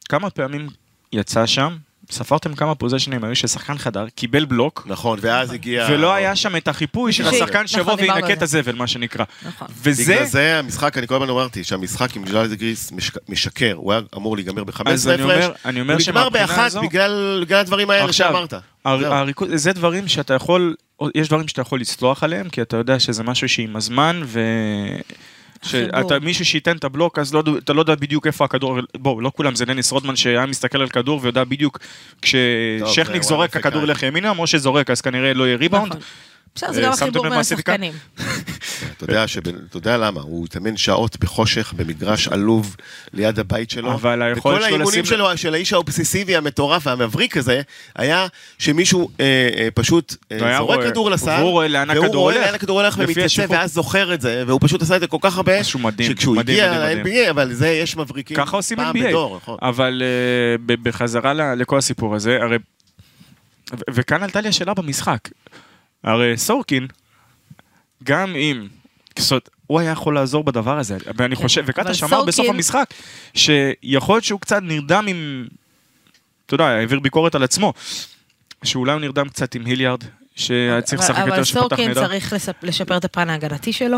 Speaker 3: כמה פעמים יצא שם, ספרתם כמה פוזיישנים היו ששחקן חדר, קיבל בלוק,
Speaker 4: נכון, ואז הגיע...
Speaker 3: ולא היה שם את החיפוי של
Speaker 1: נכון,
Speaker 3: השחקן שיבוא
Speaker 1: דיברנו על
Speaker 3: וינקה את
Speaker 1: זה.
Speaker 3: הזבל, מה שנקרא.
Speaker 1: נכון.
Speaker 3: וזה...
Speaker 4: בגלל זה המשחק, אני כל הזמן אמרתי שהמשחק עם ג'לאל גריס משק- משקר, הוא היה אמור להיגמר ב-15 הפרש.
Speaker 3: אז אני אומר- אני אומר
Speaker 4: הוא נגמר
Speaker 3: שמהבחינה
Speaker 4: באחת
Speaker 3: הזו-
Speaker 4: בגלל בגלל הדברים האלה שאמרת.
Speaker 3: הר-
Speaker 4: זהו.
Speaker 3: הריקוד, זה דברים שאתה יכול, יש דברים שאתה יכול לסלוח עליהם, כי אתה יודע שזה משהו שעם הזמן, ו... שאתה
Speaker 1: החיבור.
Speaker 3: מישהו שייתן את הבלוק, אז לא, אתה לא יודע בדיוק איפה הכדור, בואו, לא כולם, זה דניס רודמן שהיה מסתכל על כדור ויודע בדיוק
Speaker 4: טוב,
Speaker 3: כששכניק
Speaker 4: זה
Speaker 3: זורק,
Speaker 4: one
Speaker 3: הכדור
Speaker 4: effect.
Speaker 3: ילך ימינה, משה זורק, אז כנראה לא יהיה ריבאונד.
Speaker 1: נכון. בסדר, זה
Speaker 3: אה,
Speaker 1: גם
Speaker 3: שמתם
Speaker 1: החיבור
Speaker 3: לב
Speaker 1: בין
Speaker 3: מה עשיתי כאן?
Speaker 1: השחקנים.
Speaker 4: אתה
Speaker 3: כן.
Speaker 4: יודע שבן- אתה יודע למה, הוא התאמן שעות בחושך במגרש עלוב ליד הבית שלו.
Speaker 3: אבל היכולת
Speaker 4: וכל
Speaker 3: שלו
Speaker 4: האימונים
Speaker 3: לשים-
Speaker 4: שלו, של האיש האובססיבי המטורף והמבריק הזה, היה שמישהו אה, אה, פשוט אה,
Speaker 3: והיה
Speaker 4: זורק
Speaker 3: לא רואה.
Speaker 4: כדור לסל,
Speaker 3: והוא רואה לאן הכדור
Speaker 4: והוא רואה
Speaker 3: הולך.
Speaker 4: לאן הכדור הולך
Speaker 3: לפי
Speaker 4: ומתייצב
Speaker 3: השיפוט.
Speaker 4: ואז זוכר את זה, והוא פשוט עשה את זה כל כך הרבה,
Speaker 3: משהו מדהים,
Speaker 4: שכשהוא
Speaker 3: מדהים,
Speaker 4: הגיע
Speaker 3: מדהים,
Speaker 4: ל-NBA, אבל זה יש מבריקים
Speaker 3: ככה עושים
Speaker 4: פעם
Speaker 3: NBA.
Speaker 4: בדור, נכון.
Speaker 3: אבל אה, ב- בחזרה ל- לכל הסיפור הזה, הרי... ו- וכאן עלתה לי השאלה במשחק. הרי סורקין, גם אם... זאת, הוא היה יכול לעזור בדבר הזה, ואני חושב,
Speaker 1: כן, אבל
Speaker 3: וקטש אמר בסוף
Speaker 1: סורקין-
Speaker 3: המשחק, שיכול להיות שהוא קצת נרדם עם... אתה יודע, העביר ביקורת על עצמו, שאולי הוא נרדם קצת עם היליארד, שהיה צריך לשחק
Speaker 1: אבל
Speaker 3: יותר לא? שפתח
Speaker 1: סורקין
Speaker 3: נהדר.
Speaker 1: צריך לספ- לשפר את הפן ההגנתי שלו,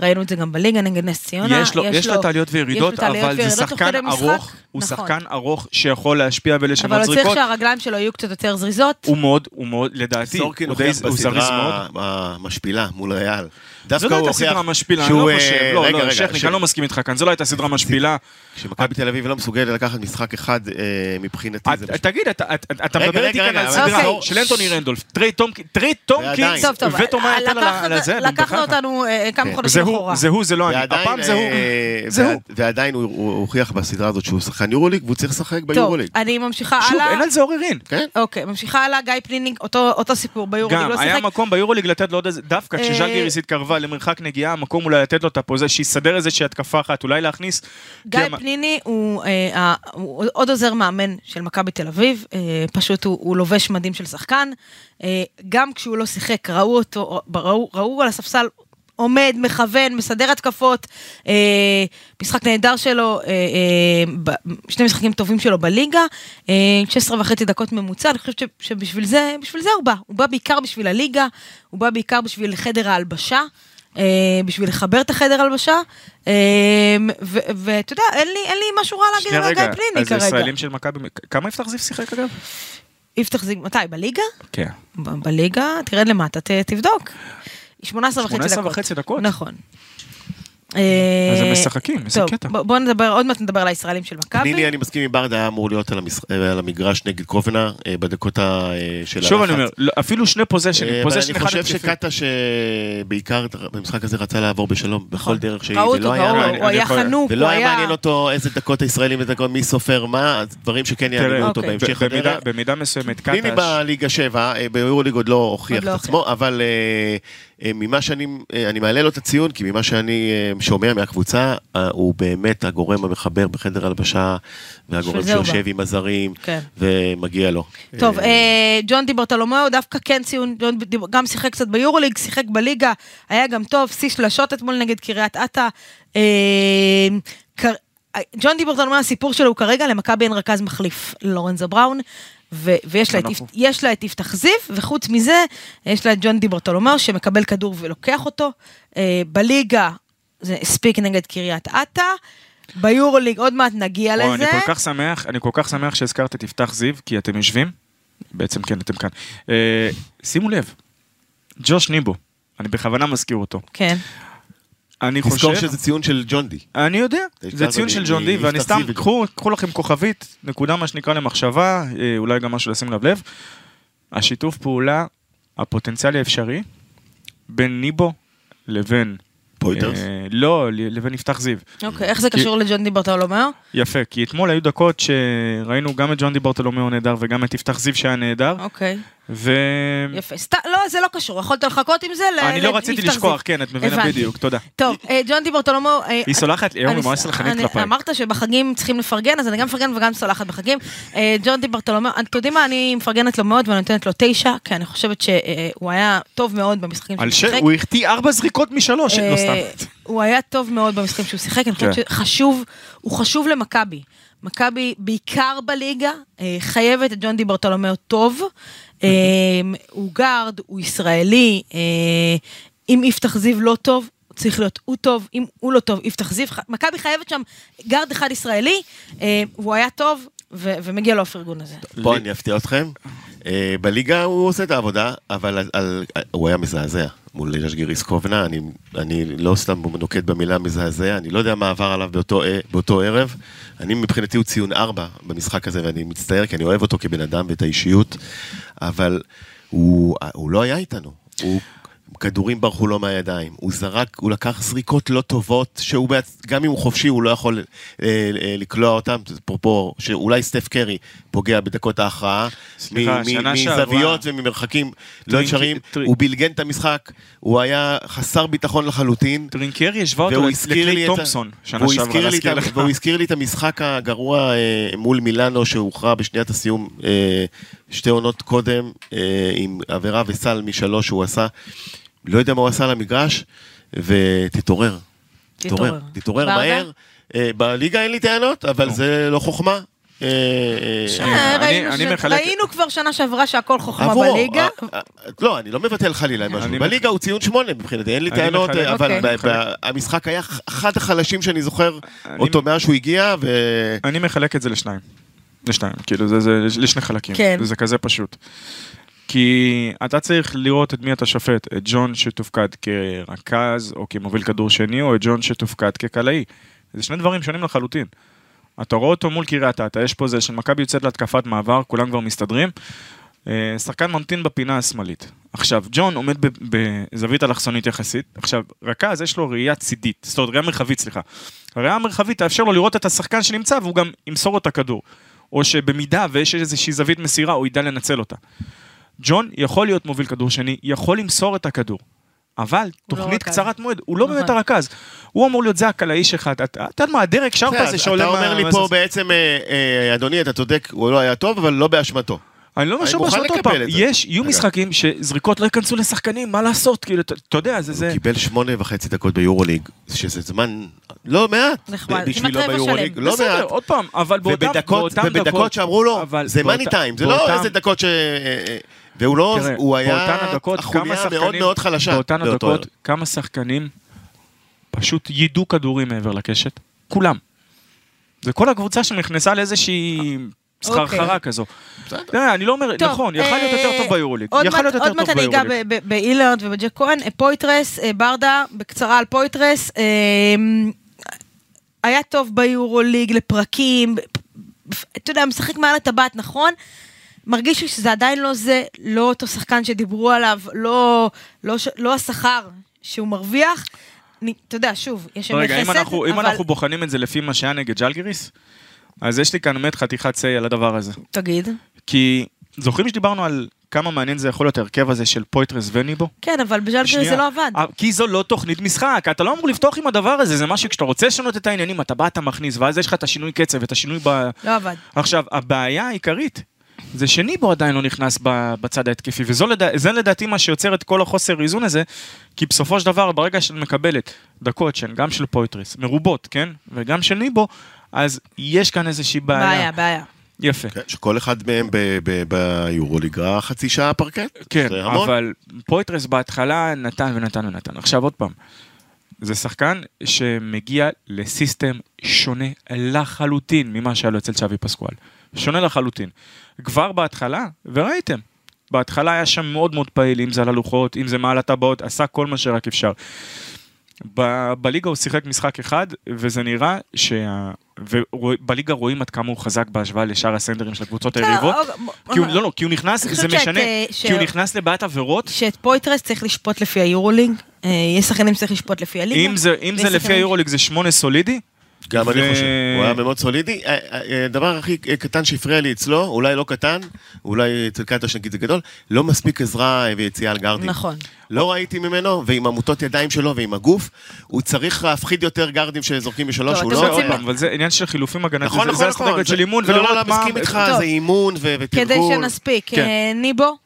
Speaker 1: ראינו את זה גם בליגה נגד נס ציונה.
Speaker 3: יש לו, יש לו את העליות וירידות,
Speaker 1: יש לו את העליות
Speaker 3: אבל זה
Speaker 1: וירידות תוך
Speaker 3: שחקן
Speaker 1: כדי משחק,
Speaker 3: ארוך, הוא
Speaker 1: נכון.
Speaker 3: שחקן ארוך שיכול להשפיע
Speaker 1: אבל
Speaker 3: ולשנות
Speaker 1: הוא צריך
Speaker 3: זריקות.
Speaker 1: שהרגליים שלו יהיו קצת יותר זריזות.
Speaker 3: הוא מאוד, הוא מאוד, לדעתי,
Speaker 4: סורקין
Speaker 3: הוא
Speaker 4: הוכיח
Speaker 3: די- הוא זריז מאוד.
Speaker 4: בסדרה המשפילה מול ריאל.
Speaker 3: זו
Speaker 4: דווקא
Speaker 3: לא
Speaker 4: הוא
Speaker 3: הייתה
Speaker 4: הוכיח
Speaker 3: סדרה משפילה, אני לא
Speaker 4: שהוא, אה,
Speaker 3: חושב, לא,
Speaker 4: רגע,
Speaker 3: לא,
Speaker 4: רגע,
Speaker 3: שכניק,
Speaker 4: ש-
Speaker 3: אני לא מסכים איתך כאן, זו לא הייתה סדרה משפילה.
Speaker 4: כשמכבי תל אביב לא מסוגלת לקחת משחק אחד אה, מבחינתי
Speaker 3: את-
Speaker 4: זה
Speaker 3: את- תגיד, אתה- את- אתה
Speaker 4: רגע,
Speaker 3: מדבר איתי
Speaker 4: רגע,
Speaker 3: כאן על
Speaker 4: רגע,
Speaker 3: סדרה
Speaker 1: אוקיי.
Speaker 3: של אנטוני רנדולף, טרי טומק- טרי טומקינס
Speaker 1: טוב, טוב, אה,
Speaker 3: ותומא יטל
Speaker 1: לקחת-
Speaker 3: על הזה,
Speaker 1: לקחת
Speaker 3: במדרכה.
Speaker 1: אותנו אה, כמה
Speaker 4: כן.
Speaker 3: זה
Speaker 1: חודשים
Speaker 3: הוא,
Speaker 1: אחורה.
Speaker 3: זה הוא, זה לא אני, הפעם זה הוא,
Speaker 4: אה,
Speaker 3: זה
Speaker 4: ועד-
Speaker 3: הוא.
Speaker 4: ועדיין הוא- הוא הוכיח בסדרה הזאת שהוא שחקן יורוליג והוא צריך לשחק
Speaker 1: טוב,
Speaker 4: ביורוליג.
Speaker 1: אני ממשיכה
Speaker 3: שוב,
Speaker 1: הלאה.
Speaker 3: אין על זה עוררין.
Speaker 4: כן?
Speaker 1: אוקיי, ממשיכה הלאה, גיא פלינינג, אותו אותו סיפור ביורוליג,
Speaker 3: גם,
Speaker 1: לא
Speaker 3: היה
Speaker 1: שיחק.
Speaker 3: מקום ביורוליג לתת לו עוד איזה, דווקא
Speaker 1: אה,
Speaker 3: כשז'לגיריס התקרבה למרחק נגיעה, המקום אולי לתת לו את הפוזה, שיסדר איזושהי התקפה אחת, אולי להכניס.
Speaker 1: גיא
Speaker 3: כי המ-
Speaker 1: פניני הוא, אה, ה- הוא עוד עוזר מאמן של מכבי תל אביב, אה, פשוט הוא, הוא לובש מדים של שחקן. אה, גם כשהוא לא שיחק, ראו אותו, ראו, ראו על הספסל עומד, מכוון, מסדר התקפות. אה, משחק נהדר שלו, אה, אה, ב- שני משחקים טובים שלו בליגה, אה, 16 וחצי דקות ממוצע, אני חושבת ש, שבשביל זה, בשביל זה הוא בא. הוא בא בעיקר בשביל הליגה, הוא בא בעיקר בשביל חדר ההלבשה. אה, בשביל לחבר את החדר הלבשה, אה, ו- ואתה יודע, אין לי- אין לי משהו רע להגיד
Speaker 3: שנייה
Speaker 1: על
Speaker 3: רגע,
Speaker 1: גיא פניני
Speaker 3: אז
Speaker 1: כרגע.
Speaker 3: ישראלים של מכבי, כמה יפתח זיו שיחק אגב?
Speaker 1: יפתח זיג, מתי? בליגה?
Speaker 3: כן.
Speaker 1: ב- בליגה, תרד למטה, ת- תבדוק. 18 וחצי דקות.
Speaker 3: 18 וחצי דקות?
Speaker 1: נכון.
Speaker 3: אז הם
Speaker 1: אה,
Speaker 3: משחקים, איזה
Speaker 1: טוב,
Speaker 3: קטע.
Speaker 1: בוא- בוא נדבר, עוד מעט נדבר על הישראלים של מכבי.
Speaker 4: פניני, אני מסכים עם ברדה, היה אמור להיות על המשח- אה, על המגרש נגד קובנה אה, בדקות ה- אה, של הלחץ.
Speaker 3: שוב אני אומר, לא, אפילו שני
Speaker 4: אה,
Speaker 3: פוזיישנים,
Speaker 4: אבל
Speaker 3: פוזיישן
Speaker 4: אני
Speaker 3: אחד
Speaker 4: חושב
Speaker 3: התקפי.
Speaker 4: שקאטה שבעיקר במשחק הזה רצה לעבור בשלום, בכל דרך שהיא,
Speaker 1: ראו
Speaker 4: ולא
Speaker 1: אותו,
Speaker 4: לא היה
Speaker 1: ראו,
Speaker 4: מעניין-
Speaker 1: נכון. הוא היה
Speaker 3: יכול-
Speaker 1: חנוק, הוא
Speaker 4: ולא היה
Speaker 1: היה...
Speaker 4: מעניין אותו איזה דקות הישראלים ודקות מי סופר מה, אז דברים שכן יעניינו אותו
Speaker 1: אוקיי.
Speaker 4: בהמשך
Speaker 3: במידה-
Speaker 4: הדרך.
Speaker 3: במידה מסוימת,
Speaker 4: פיני
Speaker 3: קטש,
Speaker 4: בליגה 7, ביורוליג עוד לא הוכיח
Speaker 1: עוד
Speaker 4: את
Speaker 1: לא
Speaker 4: עצמו, אבל אה, אה, ממה שאני, אה, אני מעלה לו את הציון, כי ממה שאני אה, שומע מהקבוצה, אה, הוא באמת הגורם המחבר בחדר הלבשה, והגורם
Speaker 1: בשביל זה הוא
Speaker 4: שיושב
Speaker 1: בא.
Speaker 4: עם הזרים,
Speaker 1: כן.
Speaker 4: ומגיע לו.
Speaker 1: טוב,
Speaker 4: אה,
Speaker 1: אה, ג'ון דיברטולומיאו דווקא כן ציון, ג'ון דיב- גם שיחק קצת ביורוליג, שיחק בליגה, היה גם טוב, שיא שלשות אתמול נגד קריית אתא. אה, כ- אה, ג'ון דיברטולומיאו, הסיפור שלו הוא כרגע, למכבי אין רכז מחליף לורנזו בראון. ו- ויש לה, את,
Speaker 3: אנחנו.
Speaker 1: יפ- יש לה את יפתח זיו, וחוץ מזה, יש לה את ג'ון דיברטולומיאו שמקבל כדור ולוקח אותו. אה, בליגה זה הספיק נגד קריית אתא, ביורוליג עוד מעט נגיע
Speaker 3: וואו,
Speaker 1: לזה.
Speaker 3: אני כל כך שמח, אני כל כך שמח שהזכרת את יפתח זיו, כי אתם יושבים, בעצם כן, אתם כאן. אה, שימו לב, ג'וש ניבו, אני בכוונה מזכיר אותו.
Speaker 1: כן.
Speaker 3: אני
Speaker 4: תזכור
Speaker 3: חושב,
Speaker 4: שזה ציון של ג'ון די.
Speaker 3: אני יודע,
Speaker 4: הזכרת
Speaker 3: זה ציון
Speaker 4: אה, לי,
Speaker 3: של
Speaker 4: מ-
Speaker 3: ג'ון די, ואני
Speaker 4: מיפתח
Speaker 3: סתם,
Speaker 4: זיו.
Speaker 3: קחו קחו לכם כוכבית, נקודה מה שנקרא למחשבה, אה, אולי גם משהו לשים לב לב. השיתוף פעולה הפוטנציאלי האפשרי בין ניבו לבין...
Speaker 4: פויטרס?
Speaker 3: אה, לא, לבין יפתח זיו.
Speaker 1: אוקיי, איך זה
Speaker 3: כי-
Speaker 1: קשור לג'ון דיברטולומיאו?
Speaker 3: יפה, כי אתמול היו דקות שראינו גם את ג'ון דיברטולומיאו נהדר וגם את יפתח זיו שהיה נהדר,
Speaker 1: אוקיי,
Speaker 3: ו...
Speaker 1: יפה. סת... לא, זה לא קשור, יכולת לחכות עם זה ל...
Speaker 3: אני
Speaker 1: ל-
Speaker 3: לא רציתי
Speaker 1: לפתח
Speaker 3: לשכוח,
Speaker 1: זיו.
Speaker 3: כן, את מבינה
Speaker 1: הבנתי.
Speaker 3: בדיוק, תודה.
Speaker 1: טוב, אה, ג'ון דיברטולומו... אה,
Speaker 3: היא סולחת לי, היום
Speaker 1: אני-
Speaker 3: היא ממש סלחנית
Speaker 1: אני-
Speaker 3: כלפיי.
Speaker 1: אמרת שבחגים צריכים לפרגן, אז אני גם מפרגנת וגם סולחת בחגים. אה, ג'ון דיברטולומו, אתם יודעים מה, אני מפרגנת לו מאוד ואני נותנת לו תשע, כי אני חושבת שהוא היה טוב מאוד במשחקים
Speaker 3: על ש...
Speaker 1: שיחק.
Speaker 3: הוא החטיא ארבע זריקות משלוש, לא
Speaker 1: אה,
Speaker 3: סתם.
Speaker 1: הוא היה טוב מאוד במשחקים שהוא שיחק, אני חושבת
Speaker 3: כן.
Speaker 1: שחשוב, הוא חשוב למכבי. מכבי בעיקר בליגה, אה, חייבת את ג'ון דיברטולומיאו טוב. אה, הוא גארד, הוא ישראלי, אה, אם יפתח זיו לא טוב, צריך להיות הוא טוב, אם הוא לא טוב, יפתח זיו. ח- מכבי חייבת שם גארד אחד ישראלי, אה, הוא היה טוב, ו- ומגיע לו הפרגון הזה.
Speaker 4: פה אני אפתיע אתכם. אה, בליגה הוא עושה את העבודה, אבל על- על- הוא היה מזעזע מול ז'גיריס קובנה, אני- אני לא סתם נוקט במילה מזעזע, אני לא יודע מה עבר עליו באותו אה, באותו ערב. אני מבחינתי הוא ציון 4 במשחק הזה, ואני מצטער כי אני אוהב אותו כבן אדם ואת האישיות, אבל הוא הוא לא היה איתנו. הוא... כדורים ברחו לו מהידיים, הוא זרק, הוא לקח זריקות לא טובות, שהוא בעצ... גם אם הוא חופשי הוא לא יכול אה, אה, לקלוע אותם, אפרופו שאולי סטף קרי פוגע בדקות ההכרעה,
Speaker 3: סליחה,
Speaker 4: מ- מ-
Speaker 3: שנה שעברה-
Speaker 4: מזוויות וממרחקים לא
Speaker 3: טרינק-
Speaker 4: אפשריים,
Speaker 3: טרינק-
Speaker 4: הוא בלגן את המשחק, הוא היה חסר ביטחון לחלוטין.
Speaker 3: טרינקר ישבה אותו
Speaker 4: והוא הזכיר לי
Speaker 3: לקליי
Speaker 4: את ה-
Speaker 3: תומפסון, שנה
Speaker 4: והוא
Speaker 3: שעברה,
Speaker 4: הזכיר לי את
Speaker 3: להזכיר
Speaker 4: ה-
Speaker 3: לך.
Speaker 4: והוא הזכיר לי את המשחק הגרוע אה, מול מילאנו שהוכרע בשניית הסיום אה, שתי עונות קודם אה, עם עבירה וסל משלוש שהוא עשה. לא יודע מה הוא עשה על המגרש, ותתעורר.
Speaker 1: תתעורר.
Speaker 4: תתעורר
Speaker 1: ברדה?
Speaker 4: מהר. אה, בליגה אין לי טענות, אבל זה לא חוכמה. אה, אה,
Speaker 1: אה,
Speaker 3: אני-
Speaker 1: ראינו
Speaker 3: אני
Speaker 1: ש-
Speaker 3: מחלק-
Speaker 1: ראינו כבר שנה שעברה שהכל חוכמה
Speaker 4: עבור.
Speaker 1: בליגה.
Speaker 4: אה, אה, לא, אני לא מבטל חלילה משהו.
Speaker 3: אני
Speaker 4: בליגה הוא ציון שמונה מבחינתי, אין לי
Speaker 3: אני
Speaker 4: טענות,
Speaker 3: מחלק-
Speaker 4: אה, אבל
Speaker 1: אוקיי.
Speaker 4: ב- ב- המשחק היה אחד החלשים שאני זוכר
Speaker 3: אני-
Speaker 4: אותו מאז שהוא הגיע, ו-
Speaker 3: אני מחלק את זה לשניים. לשניים, כאילו, זה, זה לשני חלקים.
Speaker 1: כן.
Speaker 3: זה כזה פשוט. כי אתה צריך לראות את מי אתה שופט, את ג'ון שתופקד כרכז או כמוביל כדור שני, או את ג'ון שתופקד כקלעי. זה שני דברים שונים לחלוטין. אתה רואה אותו מול קריית אתא, יש פה זה של מכבי יוצאת להתקפת מעבר, כולם כבר מסתדרים. אה, שחקן ממתין בפינה השמאלית. עכשיו, ג'ון עומד ב- בזווית אלכסונית יחסית. עכשיו, רכז יש לו ראייה צידית, זאת אומרת, ראייה מרחבית, סליחה. הראייה המרחבית תאפשר לו לראות את השחקן שנמצא והוא גם ימסור לו את הכדור. או שבמידה ויש איזושהי זווית מסירה, הוא ידע לנצל אותה. ג'ון יכול להיות מוביל כדור שני, יכול למסור את הכדור. אבל
Speaker 1: לא
Speaker 3: תוכנית
Speaker 1: רכז.
Speaker 3: קצרת מועד, הוא לא
Speaker 1: נכון.
Speaker 3: באמת הרכז. הוא אמור להיות זה הקלעי שלך, אתה אתה לא יודע מה, הדרג שרפה
Speaker 4: בסדר,
Speaker 3: הזה
Speaker 4: אז
Speaker 3: שעולה
Speaker 4: אתה
Speaker 3: מה...
Speaker 4: אומר לי
Speaker 3: מה
Speaker 4: פה
Speaker 3: זה-
Speaker 4: בעצם, אה, אה, אדוני, אתה צודק, הוא לא היה טוב, אבל לא באשמתו.
Speaker 3: אני לא
Speaker 4: אני
Speaker 3: משהו
Speaker 4: מוכן
Speaker 3: משהו עוד
Speaker 4: לקבל
Speaker 3: פעם.
Speaker 4: את זה.
Speaker 3: יש, יהיו
Speaker 4: אגב.
Speaker 3: משחקים שזריקות לא ייכנסו לשחקנים, מה לעשות? כאילו, אתה- אתה יודע, זה...
Speaker 4: הוא
Speaker 3: זה...
Speaker 4: קיבל שמונה וחצי דקות ביורוליג, שזה זמן לא מעט.
Speaker 1: נחמד, כמעט
Speaker 4: בשבילו
Speaker 1: רבע
Speaker 4: ביורוליג,
Speaker 1: שלם.
Speaker 4: לא
Speaker 3: בסדר,
Speaker 4: מעט.
Speaker 3: עוד פעם, אבל באותם-
Speaker 4: ובדקות,
Speaker 3: באותם
Speaker 4: ובדקות שאמרו לו,
Speaker 3: אבל
Speaker 4: זה
Speaker 3: באותה-
Speaker 4: מאני טיים, זה
Speaker 3: באותם-
Speaker 4: לא איזה דקות ש... אה, אה, והוא לא,
Speaker 3: תראה,
Speaker 4: הוא היה
Speaker 3: באותן הדקות כמה
Speaker 4: החוליה
Speaker 3: שחקנים,
Speaker 4: מאוד מאוד חלשה.
Speaker 3: באותן
Speaker 4: באותו
Speaker 3: הדקות
Speaker 4: ערב.
Speaker 3: כמה שחקנים פשוט יידו כדורים מעבר לקשת, כולם. זה כל הקבוצה שנכנסה לאיזושהי סחרחרה
Speaker 1: אוקיי.
Speaker 3: כזו. תראה, אני לא אומר,
Speaker 1: טוב,
Speaker 3: נכון, יכל להיות יותר
Speaker 1: אה,
Speaker 3: טוב ביורוליג.
Speaker 1: עוד
Speaker 3: יכל
Speaker 1: מעט-
Speaker 3: להיות יותר
Speaker 1: עוד
Speaker 3: טוב
Speaker 1: מעט אני
Speaker 3: ביורוליג.
Speaker 1: אגע ב- ב- באילרד ובג'ק כהן. אה, פויטרס, אה, ברדה, בקצרה על פויטרס. אה, היה טוב ביורוליג לפרקים. אתה יודע, משחק מעל הטבעת, נכון? מרגיש לי שזה עדיין לא זה, לא אותו שחקן שדיברו עליו, לא, לא, ש- לא השכר שהוא מרוויח. אני, אתה יודע, שוב, יש ימי
Speaker 3: רגע, אם
Speaker 1: חסד,
Speaker 3: אנחנו- אם
Speaker 1: אבל-
Speaker 3: אנחנו בוחנים את זה לפי מה שהיה נגד ג'לגריס, אז יש לי כאן באמת חתיכת סיי על הדבר הזה.
Speaker 1: תגיד.
Speaker 3: כי זוכרים שדיברנו על כמה מעניין זה יכול להיות ההרכב הזה של פויטרס וניבו?
Speaker 1: כן, אבל בז'לגרי זה
Speaker 3: שנייה.
Speaker 1: לא עבד.
Speaker 3: אה, כי זו לא תוכנית משחק, אתה לא אמור לפתוח עם הדבר הזה, זה משהו כשאתה רוצה לשנות את העניינים, אתה בא, אתה מכניס, ואז יש לך את השינוי קצב, ואת השינוי ב...
Speaker 1: לא עבד.
Speaker 3: עכשיו, הבעיה העיקרית זה שניבו עדיין לא נכנס ב- בצד ההתקפי, וזה לדעתי מה שיוצר את כל החוסר איזון הזה, כי בסופו של דבר, ברגע שאת מקבלת דקות שהן גם של פויטרס, מרובות, כן? וגם של ניבו, אז יש כאן איזושהי בעיה.
Speaker 1: בעיה, בעיה.
Speaker 3: יפה.
Speaker 4: כן, שכל אחד מהם ב- ב- ביורוליג ראה חצי שעה פרקט.
Speaker 3: כן,
Speaker 4: זה המון.
Speaker 3: אבל פויטרס בהתחלה נתן ונתן ונתן. עכשיו עוד פעם, זה שחקן שמגיע לסיסטם שונה לחלוטין ממה שהיה לו אצל צ'אבי פסקואל. שונה לחלוטין. כבר בהתחלה, וראיתם, בהתחלה היה שם מאוד מאוד פעיל, אם זה על הלוחות, אם זה מעל הטבעות, עשה כל מה שרק אפשר. ב- בליגה הוא שיחק משחק אחד, וזה נראה שה... ובליגה רואים עד כמה הוא חזק בהשוואה לשאר הסנדרים של הקבוצות
Speaker 1: בסדר,
Speaker 3: היריבות.
Speaker 1: אוקיי,
Speaker 3: כי הוא, לא, לא, כי הוא נכנס,
Speaker 1: אני
Speaker 3: זה
Speaker 1: חושבת שאת,
Speaker 3: משנה,
Speaker 1: אה, ש-
Speaker 3: כי הוא נכנס לבעיית עבירות,
Speaker 1: שאת פויטרס צריך לשפוט לפי היורולינג. אה, יש שחקנים שצריך לשפוט לפי הליגה.
Speaker 3: אם זה, אם זה
Speaker 1: ויש
Speaker 3: לפי
Speaker 1: שחקנים-
Speaker 3: היורוליג זה שמונה סולידי,
Speaker 4: גם
Speaker 3: ו- לא,
Speaker 4: אני חושב, הוא היה מאוד סולידי. אה, הדבר הכי קטן שהפריע לי אצלו, אולי לא קטן, אולי אצל קטש נגיד זה גדול, לא מספיק עזרה ויציאה על גארדים.
Speaker 1: נכון.
Speaker 4: לא ראיתי ממנו, ועם עמותות ידיים שלו ועם הגוף, הוא צריך להפחיד יותר גארדים שזורקים משלוש,
Speaker 1: טוב,
Speaker 4: הוא
Speaker 1: אתם
Speaker 4: לא...
Speaker 3: זה
Speaker 1: רוצים-
Speaker 3: עוד פעם, אבל זה עניין של חילופים הגנתיים,
Speaker 4: נכון,
Speaker 3: זה-
Speaker 4: נכון,
Speaker 3: זה
Speaker 4: נכון.
Speaker 3: אסטרטגיות של אימון,
Speaker 4: לא, לא,
Speaker 3: ולראות
Speaker 4: לא,
Speaker 3: מה...
Speaker 4: מסכים איתך,
Speaker 1: טוב.
Speaker 4: זה אימון ו- ותרגול.
Speaker 1: כדי שנספיק.
Speaker 3: כן.
Speaker 1: אה, ניבו,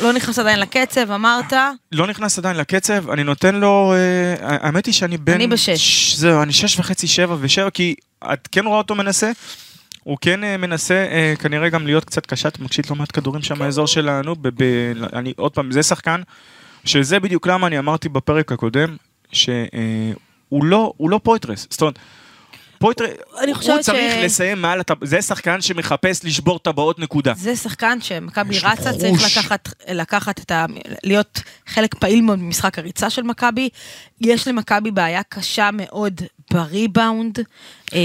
Speaker 1: לא נכנס עדיין לקצב, אמרת.
Speaker 3: לא נכנס עדיין לקצב, אני נותן לו... אה, האמת היא שאני בין...
Speaker 1: אני בשש.
Speaker 3: ש- זהו, אני שש וחצי, שבע ושבע, כי את כן רואה אותו מנסה. הוא כן אה, מנסה אה, כנראה גם להיות קצת קשת, מקשיט לא מעט כדורים
Speaker 1: כן.
Speaker 3: שם באזור שלנו, ב- ב- אני עוד פעם, זה שחקן, שזה בדיוק למה אני אמרתי בפרק הקודם, שהוא לא, הוא לא פויטרס, זאת אומרת, פויטרס,
Speaker 1: אני
Speaker 3: הוא
Speaker 1: חושבת ש-
Speaker 3: צריך לסיים מעל, הטב- זה שחקן שמחפש לשבור טבעות נקודה.
Speaker 1: זה שחקן שמכבי
Speaker 3: יש לו
Speaker 1: רצה,
Speaker 3: חוש.
Speaker 1: צריך לקחת, לקחת את ה... להיות חלק פעיל מאוד ממשחק הריצה של מכבי. יש למכבי בעיה קשה מאוד בריבאונד. אה,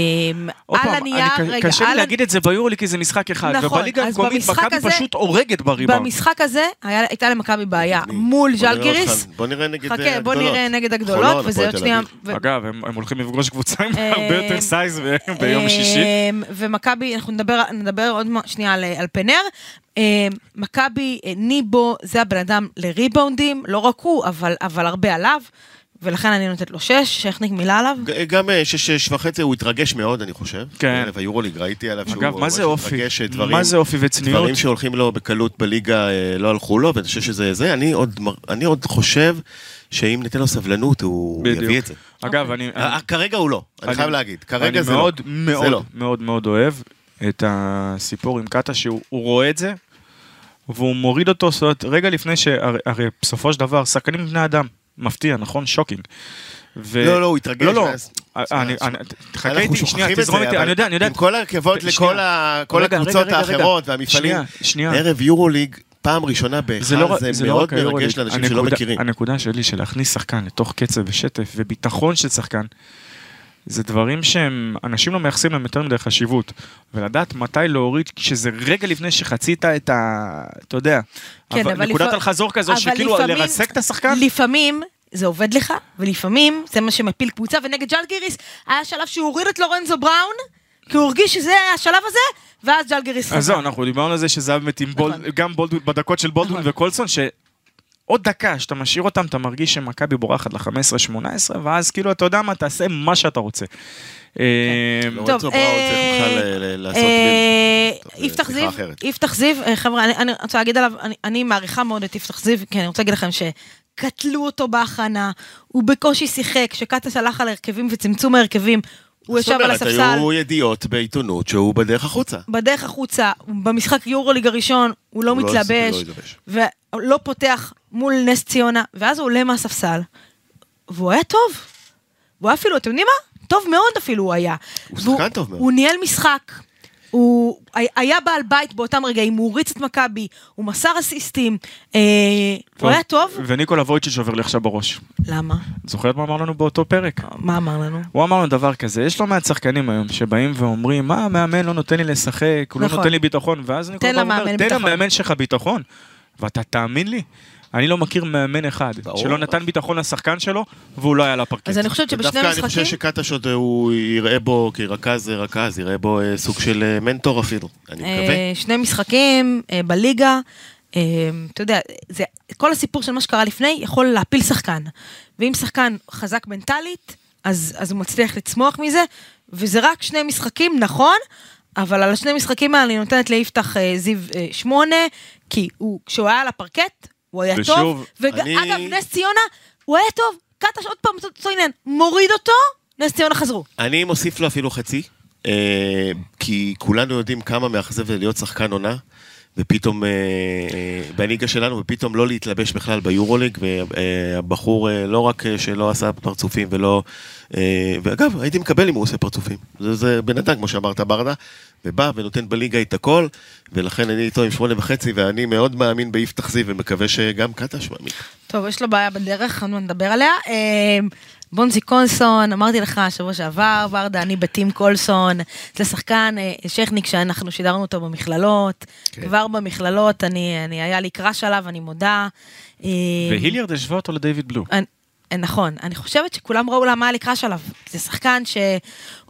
Speaker 3: עוד
Speaker 1: על
Speaker 3: פעם,
Speaker 1: הנייר,
Speaker 3: אני-
Speaker 1: רגע,
Speaker 3: קשה לי
Speaker 1: על-
Speaker 3: להגיד את זה ביורלי כי זה משחק אחד,
Speaker 1: נכון,
Speaker 3: ובליגה
Speaker 1: אז
Speaker 3: המקומית
Speaker 1: במשחק
Speaker 3: מכבי
Speaker 1: הזה-
Speaker 3: פשוט הורגת בריבאונד.
Speaker 1: במשחק הזה היה- הייתה למכבי בעיה
Speaker 4: אני-
Speaker 1: מול
Speaker 4: בוא נראה
Speaker 1: ז'לגיריס.
Speaker 4: אותך, בוא נראה נגד אה,
Speaker 1: חכה,
Speaker 4: הגדולות.
Speaker 1: בוא נראה נגד הגדולות,
Speaker 4: חולון,
Speaker 1: וזה
Speaker 4: הפועל
Speaker 1: עוד
Speaker 4: תל
Speaker 1: שנייה...
Speaker 4: אביב.
Speaker 1: ו-
Speaker 3: אגב, הם הם הולכים לפגוש קבוצה עם
Speaker 1: אה,
Speaker 3: הרבה יותר סייז ב- ביום
Speaker 1: אה,
Speaker 3: שישי.
Speaker 1: ומכבי, אנחנו נדבר, נדבר עוד מ- שנייה על, על פנר. אה, מכבי, אה, ניבו, זה הבן אדם לריבאונדים, לא רק הוא, אבל, אבל הרבה עליו, ולכן אני נותנת לו שש, שכניק מילה עליו.
Speaker 4: ג- גם אה, שש שש וחצי, הוא התרגש מאוד, אני חושב.
Speaker 3: כן.
Speaker 4: בערב היורוליג, ראיתי עליו שהוא אה,
Speaker 3: אגב, מה
Speaker 4: ממש
Speaker 3: זה אופי?
Speaker 4: מתרגש, שדברים-
Speaker 3: מה זה אופי וצניעות?
Speaker 4: דברים שהולכים לו בקלות בליגה אה, לא הלכו לו, ואני חושב שזה זה. אני עוד מר- אני עוד חושב שאם ניתן לו סבלנות, הוא
Speaker 3: בדיוק.
Speaker 4: יביא את זה.
Speaker 3: אגב, אני... אני-
Speaker 4: אה, כרגע הוא לא, אני חייב להגיד. כרגע זה לא.
Speaker 3: אני מאוד
Speaker 4: זה
Speaker 3: מאוד
Speaker 4: לא.
Speaker 3: מאוד מאוד אוהב. את הסיפור עם קאטה, שהוא הוא רואה את זה, והוא מוריד אותו, זאת אומרת, רגע לפני ש... הרי- הרי בסופו של דבר, שחקנים בני אדם. מפתיע, נכון? שוקינג. ו...
Speaker 4: לא, לא, הוא התרגש,
Speaker 3: לא, לא.
Speaker 4: ואז-
Speaker 3: אה, אה, אני- אני- תחכה
Speaker 4: אנחנו
Speaker 3: איתי,
Speaker 4: שוכחים
Speaker 3: שנייה,
Speaker 4: את זה,
Speaker 3: תזרום איתי,
Speaker 4: אבל
Speaker 3: אני יודע, אני יודע.
Speaker 4: עם כל הרכבות
Speaker 3: שנייה.
Speaker 4: לכל ה- כל
Speaker 3: רגע, רגע,
Speaker 4: הקבוצות
Speaker 3: רגע, רגע.
Speaker 4: האחרות והמפעלים.
Speaker 3: שנייה, שנייה.
Speaker 4: ערב יורוליג, פעם ראשונה
Speaker 3: זה
Speaker 4: בהיכל,
Speaker 3: לא,
Speaker 4: זה
Speaker 3: זה לא
Speaker 4: מאוד
Speaker 3: רק היורוליג.
Speaker 4: מרגש לאנשים שלא
Speaker 3: הנקודה-
Speaker 4: מכירים.
Speaker 3: הנקודה שלי של להכניס שחקן לתוך קצב ושטף וביטחון של שחקן, זה דברים שהם, אנשים לא מייחסים להם יותר מדי חשיבות. ולדעת מתי להוריד, כשזה רגע לפני שחצית את ה... אתה יודע,
Speaker 1: כן,
Speaker 3: אבל
Speaker 1: אבל
Speaker 3: נקודת
Speaker 1: לפע-
Speaker 3: אלחזור כזו,
Speaker 1: אבל
Speaker 3: שכאילו
Speaker 1: לפעמים-
Speaker 3: לרסק את השחקן,
Speaker 1: לפעמים זה עובד לך, ולפעמים זה מה שמפיל קבוצה, ונגד ג'לגיריס היה שלב שהוא הוריד את לורנזו בראון, כי הוא הרגיש שזה השלב הזה, ואז ג'לגיריס
Speaker 3: אז
Speaker 1: חזר.
Speaker 3: זהו, אנחנו דיברנו על זה שזה היה באמת עם בול,
Speaker 1: נכון.
Speaker 3: גם בולדווין, בדקות של בולדווין וקולסון, שעוד דקה שאתה משאיר אותם, אתה מרגיש שמכבי בורחת ל-15-18, ואז כאילו, אתה יודע מה, תעשה מה שאתה רוצה.
Speaker 1: כן.
Speaker 3: אה,
Speaker 4: לורנצו בראון צריך
Speaker 1: אה,
Speaker 4: בכלל ל- ל- לעשות
Speaker 1: אה,
Speaker 4: בין- טוב, זה
Speaker 1: יפתח
Speaker 4: שיחה
Speaker 1: זיו,
Speaker 4: אחרת.
Speaker 1: יפתח זיו, אה, חבר'ה, אני- אני רוצה להגיד עליו, אני- אני מעריכה מאוד את יפתח זיו, כי אני רוצה להגיד לכם שקטלו אותו בהכנה, הוא בקושי שיחק, שקטס הלך על הרכבים וצמצום ההרכבים, הוא ישב על
Speaker 4: זאת אומרת,
Speaker 1: הספסל.
Speaker 4: היו ידיעות בעיתונות שהוא בדרך החוצה.
Speaker 1: בדרך החוצה, במשחק יורוליג הראשון, הוא לא
Speaker 4: הוא לא
Speaker 1: מתלבש,
Speaker 4: הפסיק, לא התלבש.
Speaker 1: ולא פותח מול נס ציונה, ואז הוא עולה מהספסל, והוא היה טוב. והוא היה אפילו, אתם יודעים מה? טוב מאוד אפילו הוא היה.
Speaker 4: הוא
Speaker 1: והוא-
Speaker 4: שחקן טוב מאוד.
Speaker 1: הוא ניהל משחק. הוא הי- היה בעל בית באותם רגעים, הוא הריץ את מכבי, הוא מסר אסיסטים, אה, הוא היה טוב.
Speaker 3: וניקולה וויצ'יץ' עובר לי עכשיו בראש.
Speaker 1: למה?
Speaker 3: את זוכרת מה אמר לנו באותו פרק?
Speaker 1: מה אמר לנו?
Speaker 3: הוא אמר לנו דבר כזה, יש לא מעט שחקנים היום שבאים ואומרים, מה המאמן לא נותן לי לשחק, הוא לא
Speaker 1: נכון.
Speaker 3: נותן לי ביטחון, ואז אני כל
Speaker 1: תן
Speaker 3: פעם אומר,
Speaker 1: למאמן
Speaker 3: תן
Speaker 1: ביטחון."
Speaker 3: למאמן שלך ביטחון, ואתה תאמין לי, אני לא מכיר מאמן אחד
Speaker 4: ברור.
Speaker 3: שלא נתן ביטחון לשחקן שלו, והוא לא היה על הפרקט.
Speaker 1: אז אני חושבת שבשני
Speaker 4: דווקא אני חושב
Speaker 1: המשחקים...
Speaker 4: שקטש עוד הוא יראה בו כרכז זה רכז, יראה בו אה, סוג של אה, מנטור אפילו, אני מקווה.
Speaker 1: אה, שני משחקים אה, בליגה. אה, אתה יודע, זה, כל הסיפור של מה שקרה לפני יכול להפיל שחקן. ואם שחקן חזק מנטלית, אז, אז הוא מצליח לצמוח מזה, וזה רק שני משחקים, נכון, אבל על השני משחקים האלה אני נותנת ליפתח אה, זיו אה, שמונה, כי הוא, כשהוא היה על הפרקט, הוא היה
Speaker 3: ושוב,
Speaker 1: טוב.
Speaker 4: אני-
Speaker 1: ואגב, נס ציונה, הוא היה טוב. קטש עוד פעם, אותו עניין, מוריד אותו, נס ציונה חזרו.
Speaker 4: אני מוסיף לו אפילו חצי, אה, כי כולנו יודעים כמה מאכזב זה להיות שחקן עונה, ופתאום, אה, אה, בליגה שלנו, ופתאום לא להתלבש בכלל ביורוליג, והבחור אה, לא רק אה, שלא עשה פרצופים ולא... אה, ואגב, הייתי מקבל אם הוא עושה פרצופים. זה, זה בן אדם, כמו שאמרת, ברדה, ובא ונותן בליגה את הכל, ולכן אני איתו עם שמונה וחצי, ואני מאוד מאמין ביפתח זיו, ומקווה שגם קטש מאמין.
Speaker 1: טוב, יש לו בעיה בדרך, אנחנו נדבר עליה. אה, בונזי קולסון, אמרתי לך שבוע שעבר, ורדה, אני בטים קולסון. זה שחקן, אה, שכניק שאנחנו שידרנו אותו במכללות. כבר במכללות, אני, אני, היה לי קראש עליו, אני מודה. אה,
Speaker 3: והיליארד השווה אותו לדייוויד בלו.
Speaker 1: אני- נכון, אני חושבת שכולם ראו למה היה לי קראש עליו. זה שחקן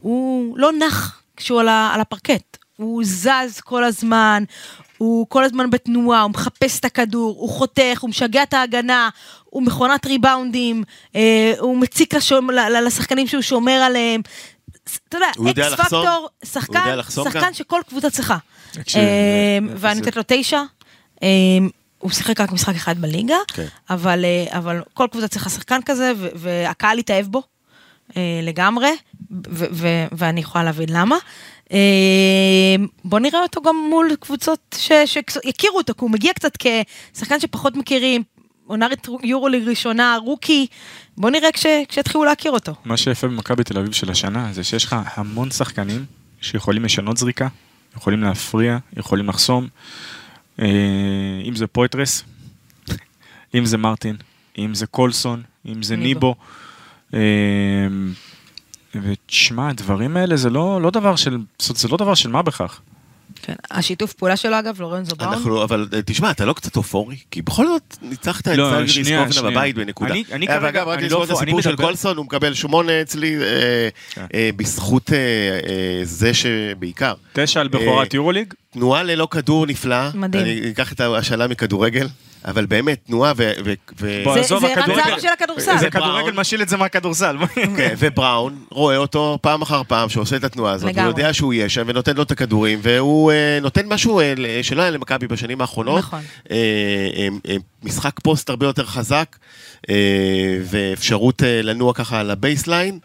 Speaker 1: שהוא לא נח כשהוא על, ה, על הפרקט. הוא זז כל הזמן, הוא כל הזמן בתנועה, הוא מחפש את הכדור, הוא חותך, הוא משגע את ההגנה, הוא מכונת ריבאונדים, אה, הוא מציק לשומ, ל, ל, לשחקנים שהוא שומר עליהם. ס- אתה יודע,
Speaker 4: הוא יודע
Speaker 1: אקס
Speaker 4: לחסום?
Speaker 1: פקטור,
Speaker 4: הוא יודע
Speaker 1: שחקן,
Speaker 4: לחסום
Speaker 1: שחקן
Speaker 4: גם?
Speaker 1: שכל קבוצה צריכה.
Speaker 3: תקשיב,
Speaker 1: אה,
Speaker 3: אה,
Speaker 1: ואני
Speaker 3: זה-
Speaker 1: נותנת לו תשע. אה, הוא שיחק רק משחק אחד בליגה,
Speaker 4: כן.
Speaker 1: אבל, אה, אבל כל קבוצה צריכה שחקן כזה, ו- והקהל התאהב בו אה, לגמרי, ו- ו- ואני יכולה להבין למה. אה, בוא נראה אותו גם מול קבוצות ש- שיכירו אותו, כי הוא מגיע קצת כשחקן שפחות מכירים, עונה רט- יורוליג ראשונה, רוקי, בוא נראה כש- כשיתחילו להכיר אותו.
Speaker 3: מה שיפה במכבי תל אביב של השנה, זה שיש לך המון שחקנים שיכולים לשנות זריקה, יכולים להפריע, יכולים לחסום. אה, אם זה פויטרס, אם זה מרטין, אם זה קולסון, אם זה
Speaker 1: ניבו.
Speaker 3: ניבו. אה, ותשמע, הדברים האלה זה לא, לא דבר של, זאת- זה לא דבר של מה בכך.
Speaker 1: כן. השיתוף פעולה שלו אגב, לורנזו בראון.
Speaker 4: אנחנו, אבל אה, תשמע, אתה לא קצת אופורי? כי בכל זאת ניצחת את
Speaker 3: לא,
Speaker 4: זלגריס
Speaker 3: שנייה,
Speaker 4: קובנה
Speaker 3: שנייה.
Speaker 4: בבית בנקודה.
Speaker 3: אני- אני
Speaker 4: אה,
Speaker 3: כרגע-
Speaker 4: ואגב, רק
Speaker 3: אני לא
Speaker 4: לזכור את
Speaker 3: אופור, אני
Speaker 4: הסיפור של
Speaker 3: מדבר-
Speaker 4: קולסון, הוא מקבל שמונה אצלי, אה,
Speaker 3: כן.
Speaker 4: אה, בזכות אה, אה, זה שבעיקר.
Speaker 3: תשע על
Speaker 4: אה,
Speaker 3: בכורת יורוליג,
Speaker 4: תנועה ללא כדור נפלאה.
Speaker 1: מדהים.
Speaker 4: אני אקח את ההשאלה מכדורגל, אבל באמת, תנועה ו... ו- ו-
Speaker 3: בוא,
Speaker 1: זה-
Speaker 3: עזוב,
Speaker 1: זה
Speaker 3: הכדורגל-
Speaker 1: רצה של הכדורסל.
Speaker 3: זה
Speaker 4: ובראון.
Speaker 3: כדורגל משיל את זה מהכדורסל.
Speaker 4: כן, ובראון רואה אותו פעם אחר פעם שעושה את התנועה הזאת, הוא
Speaker 1: לגמרי.
Speaker 4: יודע שהוא יהיה שם ונותן לו את הכדורים, והוא אה, נותן משהו אה, ל- שלא היה למכבי בשנים האחרונות.
Speaker 1: נכון.
Speaker 4: אה, אה, אה, משחק פוסט הרבה יותר חזק, אה, ואפשרות אה, לנוע ככה על הבייסליין,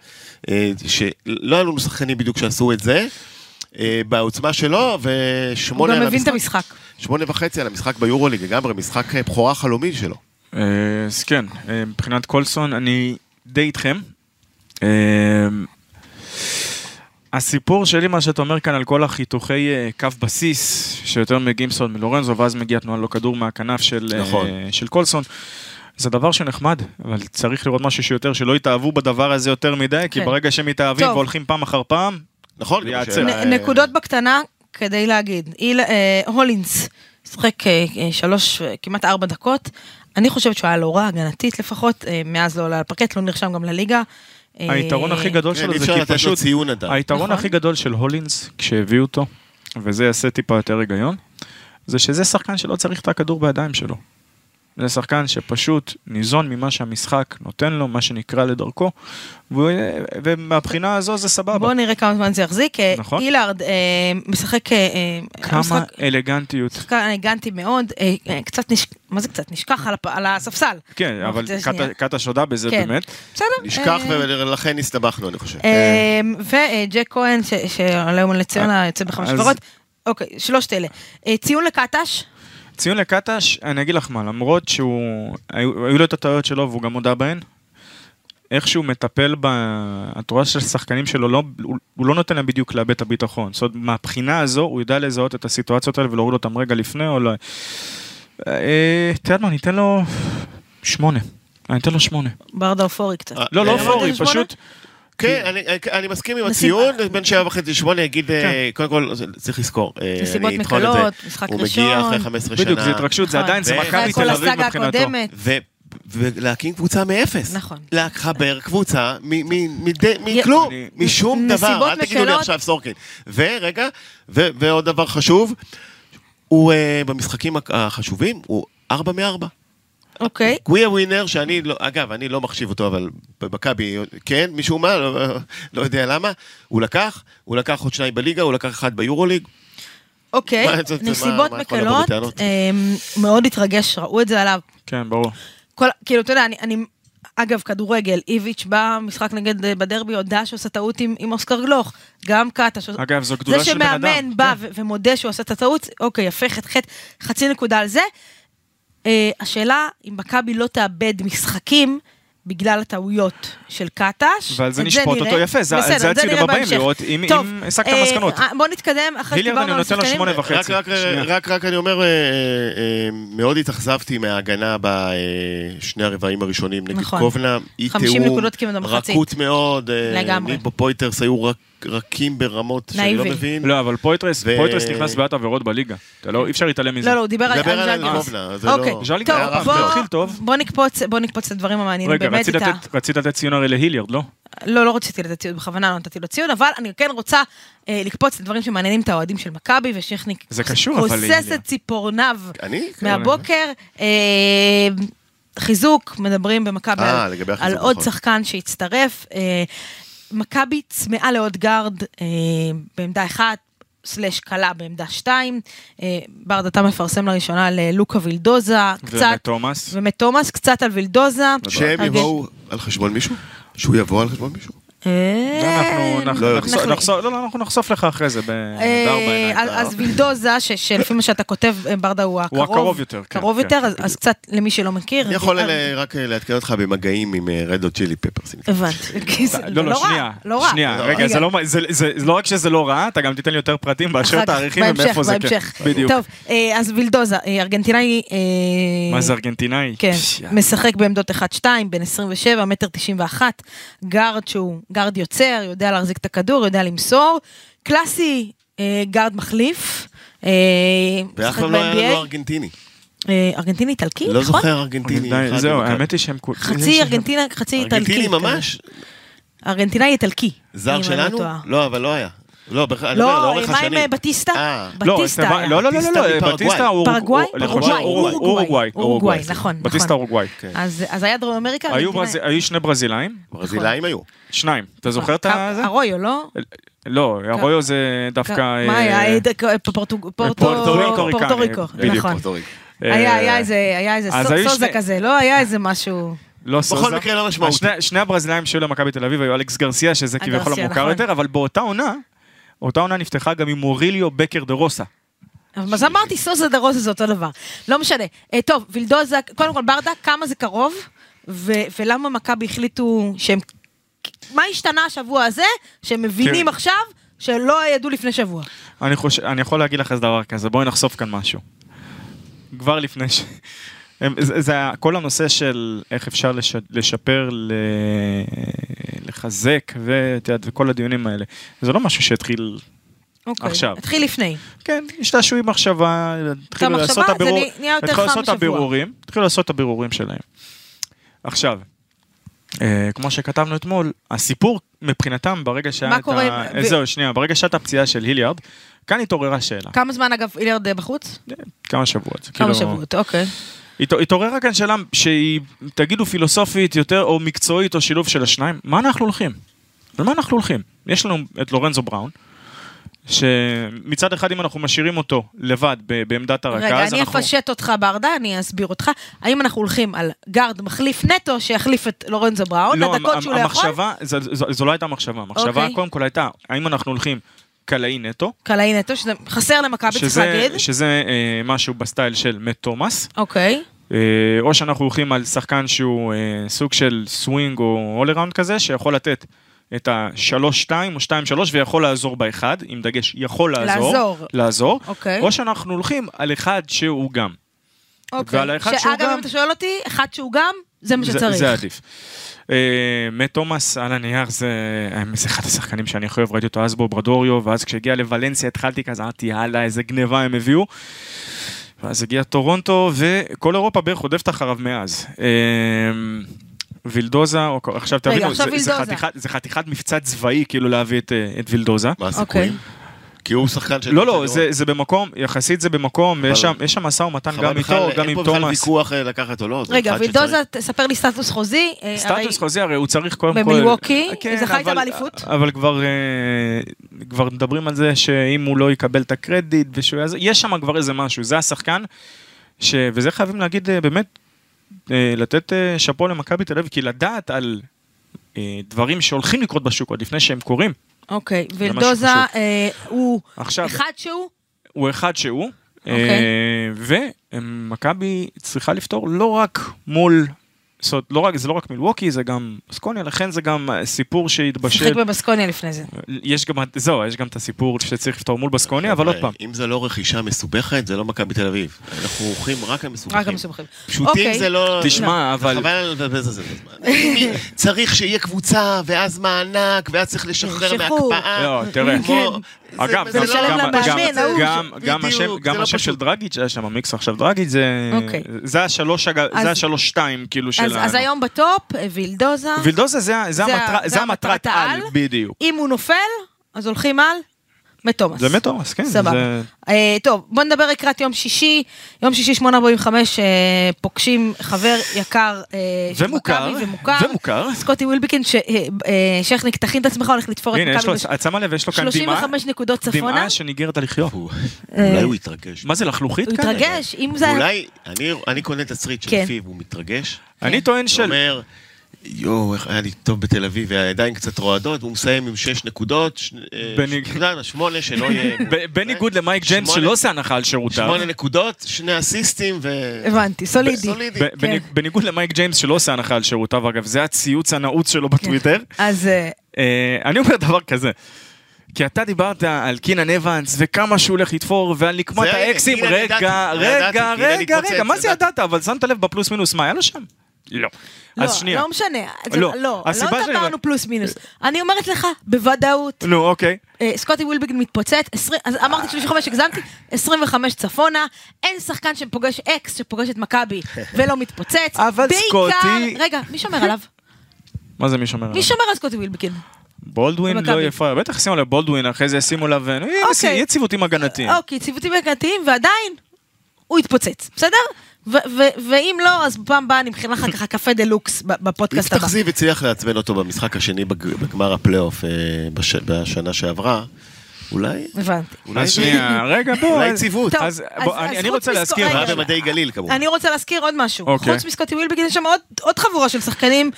Speaker 4: אה, שלא היו לנו שחקנים בדיוק שעשו את זה. אה, אה, בעוצמה שלו, ושמונה
Speaker 1: הוא
Speaker 4: על
Speaker 1: גם מבין את
Speaker 4: המשחק.
Speaker 1: המשחק.
Speaker 4: שמונה וחצי על המשחק ביורוליג, לגמרי, משחק אה, בכורה חלומי שלו.
Speaker 3: אה, אז כן, אה, מבחינת קולסון, אני די איתכם. אה, הסיפור שלי, מה שאתה אומר כאן על כל החיתוכי אה, קו בסיס, שיותר מגימסון מלורנזו, ואז מגיע תנועה לו כדור מהכנף של, אה,
Speaker 4: נכון.
Speaker 3: של קולסון. זה דבר שנחמד, אבל צריך לראות משהו שיותר, שלא יתאהבו בדבר הזה יותר מדי, כי
Speaker 1: כן.
Speaker 3: ברגע שהם מתאהבים
Speaker 1: טוב.
Speaker 3: והולכים פעם אחר פעם,
Speaker 4: נכון?
Speaker 3: זה
Speaker 4: גם
Speaker 3: יעצר.
Speaker 4: השאלה,
Speaker 3: נ-
Speaker 4: אה,
Speaker 1: נ- נקודות בקטנה כדי להגיד, איל- אה, הולינס שיחק אה, אה, שלוש, אה, כמעט ארבע דקות, אני חושבת שהוא היה לא רע, הגנתית לפחות, אה, מאז לא עולה על פרקט, לא נרשם גם לליגה. אה,
Speaker 3: היתרון הכי גדול
Speaker 4: כן,
Speaker 3: שלו
Speaker 4: אי
Speaker 3: זה
Speaker 4: אפשר
Speaker 3: כי
Speaker 4: לתת לו
Speaker 3: פשוט...
Speaker 4: ציון עדיין.
Speaker 3: היתרון
Speaker 1: נכון.
Speaker 3: הכי גדול של הולינס, כשהביאו אותו, וזה יעשה טיפה יותר היגיון, זה שזה שחקן שלא צריך את הכדור בידיים שלו. זה שחקן שפשוט ניזון ממה שהמשחק נותן לו, מה שנקרא לדרכו, והוא- ומהבחינה הזו זה סבבה.
Speaker 1: בואו נראה כמה זמן זה יחזיק. אה,
Speaker 3: נכון.
Speaker 1: אילארד אה, משחק... אה, אה,
Speaker 3: כמה
Speaker 1: המשחק-
Speaker 3: אלגנטיות.
Speaker 1: שחקן אלגנטי מאוד, אה, אה, קצת נשכח, מה זה קצת? נשכח על הפ- על הספסל.
Speaker 3: כן, אבל
Speaker 1: זה
Speaker 3: קאטה-
Speaker 1: שנייה.
Speaker 3: קאטה שודה בזה
Speaker 1: כן.
Speaker 3: באמת.
Speaker 1: בסדר.
Speaker 4: נשכח
Speaker 1: אה,
Speaker 4: ולכן הסתבכנו, אני חושב.
Speaker 1: אה, וג'ק כהן, ש- שעולה יום
Speaker 4: אה,
Speaker 1: לציונה, יוצא בחמש
Speaker 3: אז-
Speaker 1: חברות. אוקיי, שלושת אלה. אה, ציון לקטש,
Speaker 3: ציון לקטש, אני אגיד לך מה, למרות שהוא, היו, היו לו את הטעויות שלו והוא גם הודה בהן, איך שהוא מטפל ב... את רואה שהשחקנים שלו, לא, הוא, הוא לא נותן להם בדיוק לאבד את הביטחון. זאת אומרת, מהבחינה הזו, הוא יודע לזהות את הסיטואציות האלה ולהוריד אותם רגע לפני, או לא... אה, את יודעת מה, אני אתן לו שמונה. אני אתן לו שמונה.
Speaker 1: ברדה אופורי קצת.
Speaker 4: אה,
Speaker 3: לא,
Speaker 4: אה,
Speaker 3: לא
Speaker 4: אמרת
Speaker 3: פורי,
Speaker 1: שמונה?
Speaker 3: פשוט...
Speaker 4: כן, אני- אני- אני מסכים עם
Speaker 1: נסיב-
Speaker 4: הציון, בין שבע וחצי לשמונה, אגיד, אה,
Speaker 3: כן.
Speaker 4: קודם כל, זה- צריך לזכור. אה,
Speaker 1: נסיבות
Speaker 4: אני אטחון את זה.
Speaker 1: מקלות, משחק
Speaker 4: הוא מגיע
Speaker 1: ראשון.
Speaker 4: אחרי 15 שנה.
Speaker 3: בדיוק, זה התרגשות, זה
Speaker 1: נכון.
Speaker 3: עדיין, זה
Speaker 4: ו-
Speaker 3: מכבי
Speaker 1: אחרי כל
Speaker 3: תל אביב
Speaker 1: הסאגה
Speaker 3: מבחינתו.
Speaker 1: הקודמת.
Speaker 4: ו- ולהקים קבוצה מאפס.
Speaker 1: נכון.
Speaker 4: לחבר קבוצה מ- מ- מדי-
Speaker 1: י-
Speaker 4: מכלום,
Speaker 3: אני-
Speaker 4: משום
Speaker 1: נסיבות
Speaker 4: דבר. אל תגידו לי
Speaker 1: מקלות.
Speaker 4: עכשיו סורקין. ורגע, ו- ועוד דבר חשוב, הוא אה, במשחקים הק- החשובים, הוא ארבע מארבע.
Speaker 1: אוקיי.
Speaker 4: גוויה ווינר, שאני לא, אגב, אני לא מחשיב אותו, אבל במכבי, כן, משום מה, לא, לא יודע למה, הוא לקח, הוא לקח עוד שניים בליגה, הוא לקח אחד ביורוליג,
Speaker 1: אוקיי,
Speaker 4: מה, זה- זה- מה-
Speaker 1: נסיבות
Speaker 4: מה יכול לבוא
Speaker 1: מקלות,
Speaker 4: בטענות?
Speaker 1: אמ, מאוד התרגש, ראו את זה עליו.
Speaker 3: כן, ברור.
Speaker 1: כל, כאילו, אתה יודע, אני, אני, אגב, כדורגל, איביץ' בא, משחק נגד אה, בדרבי, הודה שהוא עושה טעות עם, עם אוסקר גלוך, גם קאטה. שעושה-
Speaker 3: אגב, זו גדולה של בן אדם. כן.
Speaker 1: זה שמאמן בא ו- ומודה שהוא עושה את הטעות, אוקיי, יפה, חת, חת, חצי נקודה על זה. אה, השאלה, אם מכבי לא תאבד משחקים, בגלל הטעויות של קטש.
Speaker 3: ועל זה
Speaker 1: את
Speaker 3: נשפוט
Speaker 1: נראה.
Speaker 3: אותו יפה, זה-
Speaker 1: בסדר,
Speaker 3: את זה
Speaker 1: את
Speaker 3: הציוד
Speaker 1: נראה
Speaker 3: הבאים,
Speaker 1: בהמשך.
Speaker 3: לראות אם-
Speaker 1: טוב,
Speaker 3: אם הסקת
Speaker 1: אה,
Speaker 3: מסקנות.
Speaker 1: אה, בוא נתקדם, אחרי
Speaker 3: היליארד,
Speaker 1: שדיברנו
Speaker 3: אני
Speaker 1: על
Speaker 3: נותן לו
Speaker 1: השחקנים.
Speaker 3: שמונה וחצי.
Speaker 4: רק, רק,
Speaker 3: שנייה.
Speaker 4: רק, רק אני אומר, אה, אה, מאוד התאכזבתי מההגנה בשני הרבעים הראשונים נגד
Speaker 1: נכון.
Speaker 4: קובנה. אי
Speaker 1: 50
Speaker 4: תיאום,
Speaker 1: נקודות כמעט במחצית.
Speaker 4: רכות מאוד. אה,
Speaker 1: לגמרי.
Speaker 4: ניבו פויטרס היו רק, רכים ברמות שאני לא
Speaker 1: נאיבי.
Speaker 4: מבין.
Speaker 3: לא, אבל פויטרס,
Speaker 4: ו-
Speaker 3: פויטרס נכנס בעט עבירות בליגה. אתה לא, אי אפשר להתעלם מזה.
Speaker 1: לא, לא, הוא דיבר על
Speaker 4: דבר על
Speaker 1: ז'אנגרס.
Speaker 4: אלקובנה, זה לא-
Speaker 1: אוקיי,
Speaker 3: ז'אנגרס
Speaker 1: טוב,
Speaker 4: היה רע
Speaker 1: בוא-
Speaker 4: מאוד.
Speaker 3: התחיל טוב.
Speaker 1: בוא נקפוץ, בוא נקפוץ את הדברים המעניינים,
Speaker 3: רגע,
Speaker 1: באמת
Speaker 3: רצית
Speaker 1: את ה...
Speaker 3: לתת- רצית לתת ציון הרי להיליארד, לא?
Speaker 1: לא, לא רציתי לתת ציון, בכוונה לא נתתי לו ציון, אבל אני כן רוצה אה, לקפוץ לדברים שמעניינים את האוהדים של מכבי, ושכניק
Speaker 3: זה קשור, אבל,
Speaker 1: כוסס
Speaker 3: איליה.
Speaker 1: את ציפורניו
Speaker 4: כן, אני?
Speaker 1: מהבוקר. אה, חיזוק, מדברים במכבי
Speaker 4: אה,
Speaker 1: על,
Speaker 4: לגבי החיזוק,
Speaker 1: על עוד
Speaker 4: נכון.
Speaker 1: שחקן שהצטרף. אה, מכבי צמאה לאודגרד אה, בעמדה אחת. סלאש קלה בעמדה שתיים, אה, ברדה אתה מפרסם לראשונה ללוקה וילדוזה, קצת,
Speaker 3: ומתומאס.
Speaker 1: ומתומאס קצת על וילדוזה.
Speaker 4: שהם
Speaker 1: הרגש-
Speaker 4: יבואו על חשבון מישהו? שהוא יבוא על חשבון מישהו?
Speaker 1: אה,
Speaker 3: אנחנו נח-
Speaker 4: לא,
Speaker 3: נחשוף-
Speaker 1: אנחנו-
Speaker 3: נחשוף- לא, לא, אנחנו נחשוף לך אחרי זה
Speaker 1: אה,
Speaker 3: בארבע עיניים.
Speaker 1: אז- אז וילדוזה, ש- שלפי מה שאתה כותב, אה, ברדה הוא הקרוב.
Speaker 3: הקרוב יותר, כן,
Speaker 1: קרוב
Speaker 3: כן,
Speaker 1: יותר, אז- אז קצת למי שלא מכיר.
Speaker 4: אני יכול
Speaker 1: אה,
Speaker 4: אה, רק אה, לעדכן אותך במגעים עם אה, רדו צ'ילי פפרס.
Speaker 1: הבנתי. כי זה
Speaker 3: לא, לא,
Speaker 1: רע,
Speaker 3: שנייה,
Speaker 1: לא רע.
Speaker 3: שנייה, רגע, זה לא מה- זה- זה זה לא רק שזה לא רע, אתה גם תיתן לי יותר פרטים באשר
Speaker 1: אחר כך,
Speaker 3: תאריכים
Speaker 1: בהמשך,
Speaker 3: ומאיפה זה, כן.
Speaker 1: בהמשך.
Speaker 3: בדיוק.
Speaker 1: טוב, אה, אז וילדוזה, אה, ארגנטינאי... אה,
Speaker 3: מה זה ארגנטינאי?
Speaker 1: כן,
Speaker 3: פשיעה.
Speaker 1: משחק בעמדות 1-2, בן 27, מטר 91, גארד שהוא גארד יוצר, יודע להחזיק את הכדור, יודע למסור, קלאסי אה, גארד מחליף, אה,
Speaker 4: ואף
Speaker 1: משחק
Speaker 4: פעם לא היה לנו
Speaker 1: ב-NBA,
Speaker 4: ארגנטיני.
Speaker 1: אה, ארגנטיני איטלקי,
Speaker 4: לא
Speaker 1: נכון?
Speaker 4: זוכר ארגנטיני.
Speaker 3: ארגנטינאי,
Speaker 4: אחד
Speaker 3: זהו,
Speaker 4: במכבי.
Speaker 3: האמת היא שהם כולם...
Speaker 1: חצי ארגנטינה, חצי איטלקי.
Speaker 4: ארגנטיני
Speaker 1: כזה.
Speaker 4: ממש?
Speaker 1: ארגנטינאי איטלקי. כן. אם
Speaker 4: זר
Speaker 1: אני לא
Speaker 4: שלנו?
Speaker 1: טועה.
Speaker 4: לא, אבל לא היה. לא, בכ- אני אומר,
Speaker 1: לא,
Speaker 4: לאורך
Speaker 1: מה עם
Speaker 4: השנים.
Speaker 1: אה, בטיסטה?
Speaker 4: אה.
Speaker 3: לא,
Speaker 1: בטיסטה
Speaker 3: סבבה,
Speaker 1: היה.
Speaker 3: לא, לא, לא, לא,
Speaker 4: בטיסטה
Speaker 3: לא, בטיסטה הוא...
Speaker 1: פרגוואי?
Speaker 3: הוא- אני
Speaker 1: פרגוואי,
Speaker 3: חושב, אורוגוואי,
Speaker 1: אורוגוואי,
Speaker 3: אורוגוואי,
Speaker 1: אורוגוואי,
Speaker 3: סליחה.
Speaker 1: נכון,
Speaker 3: בטיסטה
Speaker 1: נכון.
Speaker 3: אורגוואי.
Speaker 1: אז אז היה דרום אמריקה?
Speaker 3: היו
Speaker 1: ארגנטינה.
Speaker 3: ברז- היו שני ברזילאים,
Speaker 4: ברזילאים
Speaker 1: נכון.
Speaker 4: היו.
Speaker 3: שניים. אתה זוכר את זה?
Speaker 1: ארויו, לא?
Speaker 3: לא, ארויו זה דווקא...
Speaker 1: מה היה?
Speaker 3: אה,
Speaker 1: אה, פורטו- פורטו-
Speaker 3: פורטוריקני.
Speaker 1: פורטו ריקו,
Speaker 3: בדיוק,
Speaker 1: נכון.
Speaker 4: פורטו ריקו.
Speaker 1: היה
Speaker 3: אה,
Speaker 1: היה איזה היה איזה
Speaker 3: אז
Speaker 1: סו-
Speaker 3: היו
Speaker 1: סוזה
Speaker 3: שני-
Speaker 1: כזה, לא? היה איזה משהו...
Speaker 3: לא סוזה.
Speaker 4: מקרה לא משמעותי.
Speaker 3: השני- שני הברזילאים שהיו למכבי תל אביב היו אלכס גרסיה, שזה כביכול
Speaker 1: גרסיה,
Speaker 3: המוכר
Speaker 1: נכון.
Speaker 3: יותר, אבל באותה עונה, אותה עונה נפתחה גם עם מוריליו בקר דה רוסה.
Speaker 1: אבל אז אמרתי, סוזה דה רוזה זה אותו דבר. לא משנה. אה, טוב, וילדוזה, קודם כל ברדה, כמה זה קרוב, ו- ולמה מכבי החליטו שהם... מה השתנה השבוע הזה, שהם מבינים
Speaker 3: כן.
Speaker 1: עכשיו, שלא ידעו לפני שבוע.
Speaker 3: אני, חושב, אני יכול להגיד לך איזה דבר כזה, בואי נחשוף כאן משהו. כבר לפני ש... הם- זה, זה ה- כל הנושא של איך אפשר לש, לשפר, ל, לחזק ואת יודעת, וכל הדיונים האלה. זה לא משהו שהתחיל,
Speaker 1: אוקיי.
Speaker 3: עכשיו.
Speaker 1: התחיל לפני.
Speaker 3: כן, השתעשעו עם מחשבה, התחילו
Speaker 1: המחשבה,
Speaker 3: לעשות את
Speaker 1: זה
Speaker 3: הבירור,
Speaker 1: נה- נהיה יותר
Speaker 3: התחילו
Speaker 1: חם
Speaker 3: לעשות
Speaker 1: בשבוע.
Speaker 3: את הבירורים, התחילו לעשות את הבירורים שלהם. עכשיו, אה, כמו שכתבנו אתמול, הסיפור מבחינתם ברגע שהיה
Speaker 1: מה
Speaker 3: את
Speaker 1: קורה
Speaker 3: ה... אה,
Speaker 1: עם- ו-
Speaker 3: זהו, שנייה, ברגע שהייתה הפציעה של היליארד, כאן התעוררה שאלה.
Speaker 1: כמה זמן, אגב, הילרד בחוץ?
Speaker 3: כאילו- כמה שבועות.
Speaker 1: כמה
Speaker 3: כאילו,
Speaker 1: שבועות, אוקיי.
Speaker 3: הת- התעוררה כאן שאלה שהיא, תגידו פילוסופית יותר, או מקצועית, או שילוב של השניים, מה אנחנו הולכים? על מה אנחנו הולכים? יש לנו את לורנזו בראון, שמצד אחד אם אנחנו משאירים אותו לבד ב- בעמדת הרכז,
Speaker 1: רגע, אני
Speaker 3: אנחנו...
Speaker 1: אפשט אותך ברדה, אני אסביר אותך. האם אנחנו הולכים על גארד מחליף נטו שיחליף את לורנזו בראון,
Speaker 3: לא,
Speaker 1: הדקות
Speaker 3: המ-
Speaker 1: שהוא לא יכול?
Speaker 3: המחשבה, זו- זו זו לא הייתה מחשבה, המחשבה
Speaker 1: אוקיי.
Speaker 3: קודם כל הייתה, האם אנחנו הולכים קלעי נטו,
Speaker 1: קלעי נטו, שזה חסר למכבי, צריך
Speaker 3: שזה-
Speaker 1: להגיד.
Speaker 3: שזה אה, משהו בסטייל של מט תומאס,
Speaker 1: אוקיי.
Speaker 3: אה, או שאנחנו הולכים על שחקן שהוא אה, סוג של סווינג או all around כזה, שיכול לתת את ה-3-2 או 2-3 ויכול לעזור באחד, עם דגש יכול לעזור.
Speaker 1: לעזור.
Speaker 3: לעזור.
Speaker 1: אוקיי.
Speaker 3: או שאנחנו הולכים על אחד שהוא גם.
Speaker 1: אוקיי.
Speaker 3: ועל האחד שהוא
Speaker 1: שאגב,
Speaker 3: גם-
Speaker 1: אם אתה שואל אותי, אחד שהוא גם, זה מה
Speaker 3: זה-
Speaker 1: שצריך.
Speaker 3: זה עדיף. אה, מאט תומאס על הנייר זה האמת, זה אחד השחקנים שאני הכי אוהב, ראיתי אותו אז באוברדוריו, ואז כשהגיע לוולנסיה התחלתי כזה, אמרתי יאללה איזה גניבה הם הביאו. ואז הגיע טורונטו וכל אירופה בערך רודפת אחריו מאז. אה, וילדוזה, או- עכשיו
Speaker 1: רגע,
Speaker 3: תבינו,
Speaker 1: עכשיו
Speaker 3: זה- זה
Speaker 1: וילדוזה.
Speaker 3: חתיכת- זה חתיכת מבצע צבאי כאילו להביא את, אה, את וילדוזה.
Speaker 4: מה
Speaker 1: אוקיי.
Speaker 4: הסיכויים? כי הוא שחקן של...
Speaker 3: לא, לא, זה, זה במקום, יחסית זה במקום, יש שם- יש שם משא ומתן
Speaker 4: חבל
Speaker 3: גם
Speaker 4: בכלל,
Speaker 3: איתו, גם
Speaker 4: אין
Speaker 3: עם
Speaker 4: פה בכלל
Speaker 3: תומאס.
Speaker 4: ויכוח אה, לקחת או לא. זה
Speaker 1: רגע,
Speaker 4: אחד
Speaker 1: וילדוזה,
Speaker 4: שצריך.
Speaker 1: ספר לי סטטוס חוזי. אה, הרי-
Speaker 3: סטטוס חוזי הרי הוא צריך קודם כל...
Speaker 1: במילווקי?
Speaker 3: כן,
Speaker 1: זכה איתה
Speaker 3: אבל-
Speaker 1: באליפות?
Speaker 3: אבל כבר אה, כבר מדברים על זה שאם הוא לא יקבל את הקרדיט ושהוא יעזור, יש שם כבר איזה משהו, זה השחקן, ש- וזה חייבים להגיד אה, באמת, אה, לתת אה, שאפו למכבי תל אביב, כי לדעת על אה, דברים שהולכים לקרות בשוק עוד לפני שהם קורים,
Speaker 1: אוקיי,
Speaker 3: משהו
Speaker 1: וילדוזה
Speaker 3: חשוב.
Speaker 1: אה, הוא
Speaker 3: עכשיו-
Speaker 1: אחד שהוא,
Speaker 3: הוא אחד שהוא,
Speaker 1: אוקיי.
Speaker 3: אה, ומכבי צריכה לפתור לא רק מול... זאת אומרת, לא רק, זה לא רק מילווקי, זה גם סקוניה, לכן זה גם אה, סיפור שהתבשל.
Speaker 1: שיחק בבסקוניה לפני זה.
Speaker 3: יש גם, זהו, יש גם את הסיפור שצריך לפתור מול בסקוניה, אבל עוד פעם.
Speaker 4: אם זה לא רכישה מסובכת, זה לא מכבי תל אביב. אנחנו הולכים רק על מסובכים.
Speaker 3: אוקיי.
Speaker 1: רק המסומכים. אוקיי.
Speaker 4: פשוטים זה לא...
Speaker 3: תשמע, אבל...
Speaker 4: חבל לבזבז על זה זמן. צריך שיהיה קבוצה, ואז מענק, ואז צריך לשחרר
Speaker 1: שחרור.
Speaker 4: מהקפאה.
Speaker 3: לא, תראה.
Speaker 4: כמו-
Speaker 1: כן.
Speaker 3: אגב,
Speaker 4: זה-
Speaker 3: אה, גם-
Speaker 4: זה לא-
Speaker 1: לשלם
Speaker 3: גם-
Speaker 1: למאמן,
Speaker 3: גם-
Speaker 1: ההוא
Speaker 3: גם-
Speaker 4: ש-
Speaker 3: גם
Speaker 4: בדיוק,
Speaker 3: השם-
Speaker 4: זה
Speaker 3: גם
Speaker 4: לא
Speaker 3: השם
Speaker 4: פשוט.
Speaker 3: של דרגיץ' היה שם, המיקס עכשיו דרגיץ', זה...
Speaker 1: אוקיי.
Speaker 3: זה השלוש, אגב,
Speaker 1: אז-
Speaker 3: זה השלוש שתיים, כאילו, של...
Speaker 1: אז-
Speaker 3: ה-
Speaker 1: אז היום בטופ, אה, וילדוזה,
Speaker 3: וילדוזה זה ה- זה
Speaker 1: זה ה-
Speaker 3: המטרה-
Speaker 1: זה
Speaker 3: זה המטרת
Speaker 1: המטרת על.
Speaker 3: על, בדיוק.
Speaker 1: אם הוא נופל, אז הולכים על מתומאס.
Speaker 3: זה מתומאס, כן.
Speaker 1: סבבה.
Speaker 3: זה-
Speaker 1: אה, טוב, בוא נדבר לקראת יום שישי. יום שישי, 845, אה, פוגשים חבר יקר אה, של
Speaker 3: ומוכר,
Speaker 1: מכבי ומוכר.
Speaker 3: ומוכר.
Speaker 1: סקוטי ווילביקין, ש- אה, אה, שכניק, תכין את עצמך, הולך לתפור את
Speaker 3: הנה, יש לו,
Speaker 1: מכבי.
Speaker 3: את שמה לב, יש לו כאן דמעה,
Speaker 1: 35 נקודות צפונה.
Speaker 3: דמעה שניגרת על לחיו.
Speaker 4: אולי הוא יתרגש.
Speaker 3: מה זה, לחלוכית
Speaker 1: הוא
Speaker 3: כאן?
Speaker 1: התרגש, אה. אם זה... היה-
Speaker 4: אולי, אני- אני קונה תסריט
Speaker 1: כן.
Speaker 4: שלפיו הוא מתרגש.
Speaker 3: אני
Speaker 4: כן.
Speaker 3: טוען של...
Speaker 4: אומר, יואו, איך היה לי טוב בתל אביב, והידיים קצת רועדות, והוא מסיים עם שש נקודות, ש- אה,
Speaker 3: בניג-
Speaker 4: ש- לא, שמונה שלא יהיה...
Speaker 3: ב- בניגוד למייק ג'יימס
Speaker 4: שמונה-
Speaker 3: שלא עושה הנחה על שירותיו.
Speaker 4: שמונה נקודות, שני אסיסטים ו...
Speaker 1: הבנתי, סולידי.
Speaker 4: סולידי.
Speaker 3: ב-
Speaker 1: כן.
Speaker 3: בניג- בניגוד למייק ג'יימס שלא עושה הנחה על שירותיו, אגב, זה הציוץ הנעוץ
Speaker 1: כן.
Speaker 3: שלו בטוויטר.
Speaker 1: אז אה,
Speaker 3: אה, אני אומר דבר כזה. כי אתה דיברת על קינן אבנס וכמה שהוא הולך לתפור ועל נקמת
Speaker 4: זה, הנה,
Speaker 3: האקסים,
Speaker 4: קינן
Speaker 3: רגע,
Speaker 4: ידעתי,
Speaker 3: רגע,
Speaker 4: ידעתי, קינן
Speaker 3: רגע, רגע,
Speaker 4: התפוצץ,
Speaker 3: מה זה
Speaker 4: ידעתי.
Speaker 3: ידעת? אבל שמת לב בפלוס מינוס, מה היה לו שם? לא.
Speaker 1: לא,
Speaker 3: אז שנייה.
Speaker 1: לא משנה. זה-
Speaker 3: לא,
Speaker 1: לא,
Speaker 3: הסיבה אה,
Speaker 1: לא
Speaker 3: שאני-
Speaker 1: דיברנו פלוס מינוס. אני אומרת לך, בוודאות,
Speaker 3: נו, אוקיי.
Speaker 1: אה, סקוטי ווילבגן מתפוצץ, 20 אז אמרתי 35 הגזמתי, 25 צפונה, אין שחקן שפוגש אקס שפוגש את מכבי ולא מתפוצץ.
Speaker 3: אבל
Speaker 1: בעיקר-
Speaker 3: סקוטי- אה.
Speaker 1: רגע, מי שומר עליו?
Speaker 3: מה זה מי שומר עליו?
Speaker 1: מי שומר על סקוטי ווילבגן?
Speaker 3: בולדווין
Speaker 1: במכבי.
Speaker 3: לא יפריע, בטח ישימו עליו בולדווין, אחרי זה ישימו עליו... אה,
Speaker 1: אוקיי.
Speaker 3: יהיה ציוותים הגנתיים.
Speaker 1: אוקיי, ציוותים הגנתיים, ועדיין הוא התפוצץ, בסדר? ו- ו- ואם לא, אז בפעם הבאה אני מכינה לך ככה קפה דה לוקס ב- בפודקאסט הבא.
Speaker 4: יפתח זיו הצליח לעצבן אותו במשחק השני בג- בגמר הפלייאוף אה, בש- בשנה שעברה. אולי...
Speaker 1: הבנתי.
Speaker 4: אולי
Speaker 3: אז
Speaker 4: זה-
Speaker 3: שנייה, רגע, בוא.
Speaker 4: אולי
Speaker 3: אז-
Speaker 4: ציוות.
Speaker 1: טוב,
Speaker 3: אז
Speaker 1: אז-
Speaker 3: בוא,
Speaker 1: אז
Speaker 3: אני- אני
Speaker 1: חוץ
Speaker 3: רוצה
Speaker 1: מסקו-
Speaker 3: להזכיר...
Speaker 4: זה
Speaker 1: רגע,
Speaker 4: היה
Speaker 1: רגע.
Speaker 4: במדי גליל כמובן.
Speaker 1: אני רוצה להזכיר עוד משהו.
Speaker 3: אוקיי.
Speaker 1: חוץ מסקוטי ווילבגין יש שם עוד, עוד חבורה של שחקנים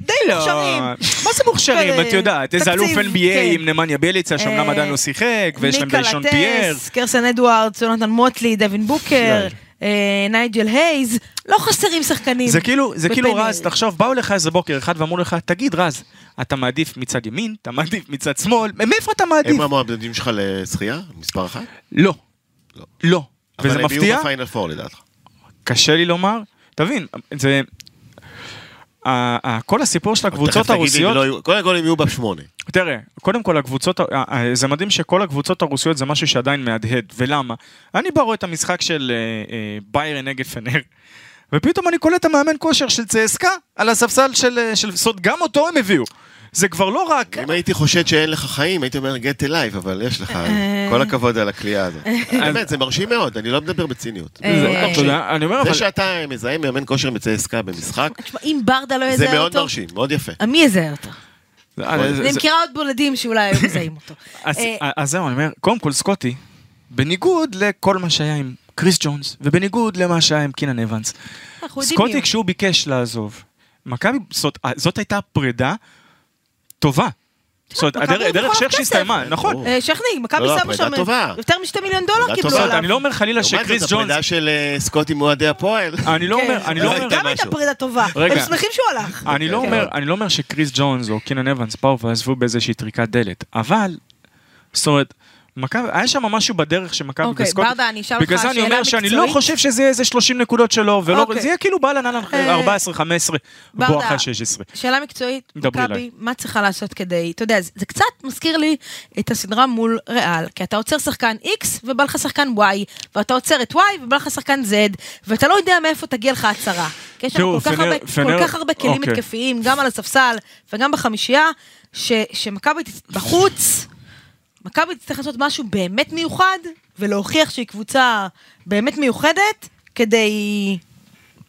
Speaker 1: די מוכשרים.
Speaker 3: לא. מה זה מוכשרים?
Speaker 1: כאלה,
Speaker 3: את יודעת, איזה אלוף
Speaker 1: תקציב,
Speaker 3: NBA
Speaker 1: כן.
Speaker 3: עם נמניה ביליצה, שאומנם
Speaker 1: אה,
Speaker 3: עדיין לא שיחק, ויש להם
Speaker 1: ניקה
Speaker 3: דיישון
Speaker 1: לטס,
Speaker 3: פייר.
Speaker 1: קרסן אדוארדס, יונתן מוטלי, דווין בוקר,
Speaker 3: יאללה.
Speaker 1: אה, נייג'ל הייז, לא חסרים שחקנים.
Speaker 3: זה כאילו, זה כאילו
Speaker 1: בפנדל.
Speaker 3: רז, תחשוב, באו לך איזה בוקר אחד ואמרו לך, תגיד רז, אתה מעדיף מצד ימין, אתה מעדיף מצד שמאל, מאיפה אתה מעדיף?
Speaker 4: הם המועמדים שלך לשחייה? מספר אחת?
Speaker 3: לא.
Speaker 4: לא.
Speaker 3: לא. וזה
Speaker 4: אבל הם יהיו
Speaker 3: מפתיע,
Speaker 4: בפיינל פור לדעתך.
Speaker 3: קשה לי לומר, תבין, זה... ה- ה- כל הסיפור של
Speaker 4: תכף
Speaker 3: הקבוצות
Speaker 4: תגיד לי אם
Speaker 3: הרוסיות,
Speaker 4: לא יהיו- קודם כל הם יהיו בשמונה.
Speaker 3: תראה, קודם כל הקבוצות, ה- ה- זה מדהים שכל הקבוצות הרוסיות זה משהו שעדיין מהדהד, ולמה? אני בא רואה את המשחק של אה, אה, ביירן נגד פנר, ופתאום אני קולט את המאמן כושר של צסקה על הספסל של, אה, של סוד, גם אותו הם הביאו. זה כבר לא רק...
Speaker 4: אם הייתי חושד שאין לך חיים, הייתי אומר get alive, אבל יש לך,
Speaker 1: אה.
Speaker 4: כל הכבוד על הכלייה הזאת. באמת, זה מרשים מאוד, אני לא מדבר בציניות.
Speaker 1: אה,
Speaker 3: זה- אתה יודע, אני אומר, אבל...
Speaker 4: זה שאתה מזהה מאמן כושר מצייסקה במשחק,
Speaker 1: תשמע, אם ברדה לא יזהה
Speaker 4: זה
Speaker 1: אותו, אה.
Speaker 4: מאוד מרשים, מאוד יפה.
Speaker 1: מי יזהה אותו?
Speaker 3: אה, זה-
Speaker 1: אני
Speaker 3: זה-
Speaker 1: מכירה עוד בולדים שאולי היו מזהים אותו.
Speaker 3: אז-
Speaker 1: כן- אה,
Speaker 3: אז זהו, אני אומר, קודם כל סקוטי, בניגוד לכל מה שהיה עם קריס ג'ונס, ובניגוד למה שהיה עם קינן אבנס,
Speaker 1: אנחנו יודעים מי
Speaker 3: סקוטי
Speaker 1: הוא.
Speaker 3: כשהוא ביקש לעזוב, מכבי, זאת- זאת הייתה פרידה טובה. זאת אומרת,
Speaker 1: מכבי
Speaker 3: הדרך- הדרך
Speaker 1: הרוויחה
Speaker 3: שאיך
Speaker 1: כסף.
Speaker 3: שהסתיימה, נכון.
Speaker 4: ברור.
Speaker 1: אה, שכני, מכבי
Speaker 4: לא, לא,
Speaker 1: שמו
Speaker 4: פרידה
Speaker 1: שם
Speaker 4: טובה.
Speaker 1: יותר משתי מיליון דולר
Speaker 4: פרידה
Speaker 1: קיבלו
Speaker 4: טובה.
Speaker 3: זאת,
Speaker 1: עליו.
Speaker 3: אני לא אומר חלילה
Speaker 4: לעומת
Speaker 3: שקריס
Speaker 4: זאת,
Speaker 3: ג'ונס,
Speaker 4: הפרידה של אה, סקוטי מאוהדי הפועל.
Speaker 3: אני לא
Speaker 1: כן.
Speaker 3: אומר, אני לא
Speaker 1: אבל
Speaker 4: ראית
Speaker 3: אומר,
Speaker 1: גם הייתה
Speaker 4: משהו.
Speaker 1: פרידה טובה.
Speaker 3: רגע.
Speaker 1: הם שמחים שהוא הלך.
Speaker 3: אני לא
Speaker 1: כן.
Speaker 3: אומר, אני לא אומר שקריס ג'ונס או קינן אבנס באו ועזבו באיזושהי טריקת דלת, אבל, זאת אומרת, מכבי, היה שם משהו בדרך שמכבי
Speaker 1: אוקיי,
Speaker 3: וסקוטי,
Speaker 1: ברדה, אני אשאל
Speaker 3: בגלל
Speaker 1: אותך
Speaker 3: זה אני
Speaker 1: שאלה
Speaker 3: אומר שאני לא
Speaker 1: מקצועית.
Speaker 3: חושב שזה יהיה איזה 30 נקודות שלו, ולא,
Speaker 1: אוקיי.
Speaker 3: זה יהיה כאילו באלן על
Speaker 1: אה,
Speaker 3: 14, 15,
Speaker 1: ברדה.
Speaker 3: בואכה 16.
Speaker 1: שאלה מקצועית,
Speaker 3: דברי
Speaker 1: מכבי,
Speaker 3: אליי.
Speaker 1: מה צריכה לעשות כדי, אתה יודע, זה, זה קצת מזכיר לי את הסדרה מול ריאל, כי אתה עוצר שחקן X ובא לך שחקן Y, ואתה עוצר את Y ובא לך שחקן Z, ואתה לא יודע מאיפה תגיע לך הצהרה. כי יש שם
Speaker 3: תראו,
Speaker 1: כל, כך
Speaker 3: פנר-
Speaker 1: הרבה,
Speaker 3: פנר-
Speaker 1: כל כך הרבה כלים
Speaker 3: אוקיי.
Speaker 1: התקפיים, גם על הספסל וגם בחמישייה, ש, שמכבי תצ- בחוץ, מכבי תצטרך לעשות משהו באמת מיוחד, ולהוכיח שהיא קבוצה באמת מיוחדת, כדי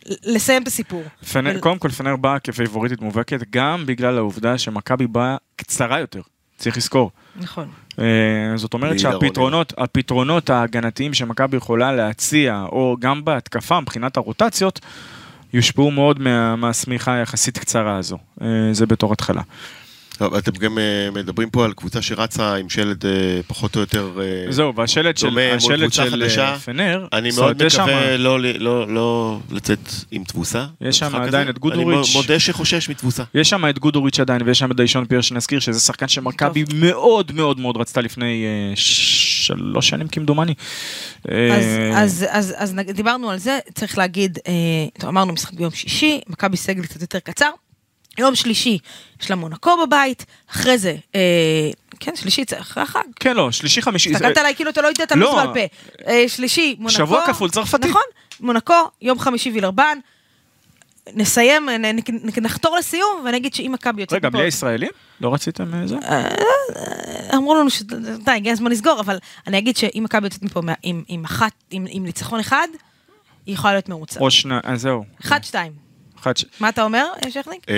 Speaker 1: לסיים את הסיפור.
Speaker 3: פנר, קודם כל פנר באה כפייבוריטית מובהקת, גם בגלל העובדה שמכבי באה קצרה יותר, צריך לזכור.
Speaker 1: נכון.
Speaker 3: אה, זאת אומרת
Speaker 4: בלי ירון
Speaker 3: שהפתרונות הפתרונות ההגנתיים שמכבי יכולה להציע, או גם בהתקפה מבחינת הרוטציות, יושפעו מאוד מה- מהשמיכה היחסית קצרה הזו. אה, זה בתור התחלה.
Speaker 4: טוב, אתם גם אה, מדברים פה על קבוצה שרצה עם שלד אה, פחות או יותר... אה,
Speaker 3: זהו, והשלט של,
Speaker 4: דומה מול
Speaker 3: השלט
Speaker 4: קבוצה
Speaker 3: של אה,
Speaker 4: חדשה.
Speaker 3: פנר,
Speaker 4: אני
Speaker 3: זאת אומרת,
Speaker 4: מאוד
Speaker 3: יש שמה-
Speaker 4: מקווה לא ל- לא- לא לצאת עם תבוסה.
Speaker 3: יש שם
Speaker 4: במשחק
Speaker 3: עדיין
Speaker 4: הזה.
Speaker 3: את גודוריץ'.
Speaker 4: אני מודה שחושש מתבוסה.
Speaker 3: יש שם את גודוריץ' עדיין, ויש שם את דיישון פייר שנזכיר, שזה שחקן שמכבי מאוד מאוד מאוד רצתה לפני אה, ש- שלוש שנים כמדומני.
Speaker 1: אז,
Speaker 3: אה,
Speaker 1: אז, אז, אז נג- דיברנו על זה, צריך להגיד, אה, טוב, אמרנו משחק ביום שישי, מכבי סגל קצת יותר קצר. יום שלישי יש לה מונקו בבית, אחרי זה, אה, כן, שלישי, זה אחרי החג.
Speaker 3: כן, לא, שלישי חמישי. זה-
Speaker 1: הסתכלת עליי כאילו אתה לא יודע את
Speaker 3: לא.
Speaker 1: הלו"ז בעל פה. אה, שלישי, מונקו.
Speaker 3: שבוע כפול צרפתי.
Speaker 1: נכון, מונקו, יום חמישי וילרבן. נסיים, נ- נ- נ- נחתור לסיום, ונגיד שאם מכבי יוצאת...
Speaker 3: רגע,
Speaker 1: מפה-
Speaker 3: בלי הישראלים? לא רציתם אה, זה?
Speaker 1: אמרו לנו שדי, הגיע הזמן לסגור, אבל אני אגיד שאם מכבי יוצאת מפה מה- עם, עם אחת, עם, עם ניצחון אחד, היא יכולה להיות מרוצה.
Speaker 3: או שני... אז זהו.
Speaker 1: אחד, שתיים.
Speaker 3: אחד ש...
Speaker 1: מה אתה אומר, שכניק?
Speaker 4: אה,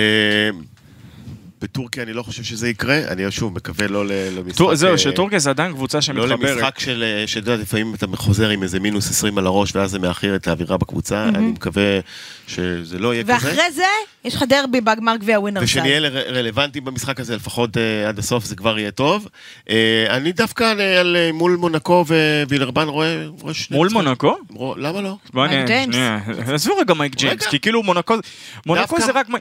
Speaker 4: בטורקיה אני לא חושב שזה יקרה, אני שוב מקווה לא ל- למשחק...
Speaker 3: טור- זהו,
Speaker 4: אה,
Speaker 3: שטורקיה זה עדיין קבוצה
Speaker 4: לא
Speaker 3: שמתחברת.
Speaker 4: למשחק של, אה, שאתה יודע, לפעמים אתה חוזר עם איזה מינוס 20 על הראש, ואז זה מאחר את האווירה בקבוצה, אני מקווה שזה לא יהיה כזה.
Speaker 1: ואחרי זה, יש לך דרבי בגמר גביע ווינר
Speaker 4: ושנהיה ר- רלוונטיים במשחק הזה, לפחות אה, עד הסוף זה כבר יהיה טוב. אה, אני דווקא על, על, אה, מול מונקו ווילרבן רואה... רואה שני
Speaker 3: מול
Speaker 4: ניצחונות.
Speaker 3: מונקו?
Speaker 4: רוא- למה לא?
Speaker 3: בוא
Speaker 1: מייק
Speaker 3: נ-
Speaker 1: ג'יימס.
Speaker 3: שנייה, עזבו רגע מייק ג'יימס, כי כאילו מונקו... מונקו
Speaker 4: דווקא-
Speaker 3: זה רק... מי-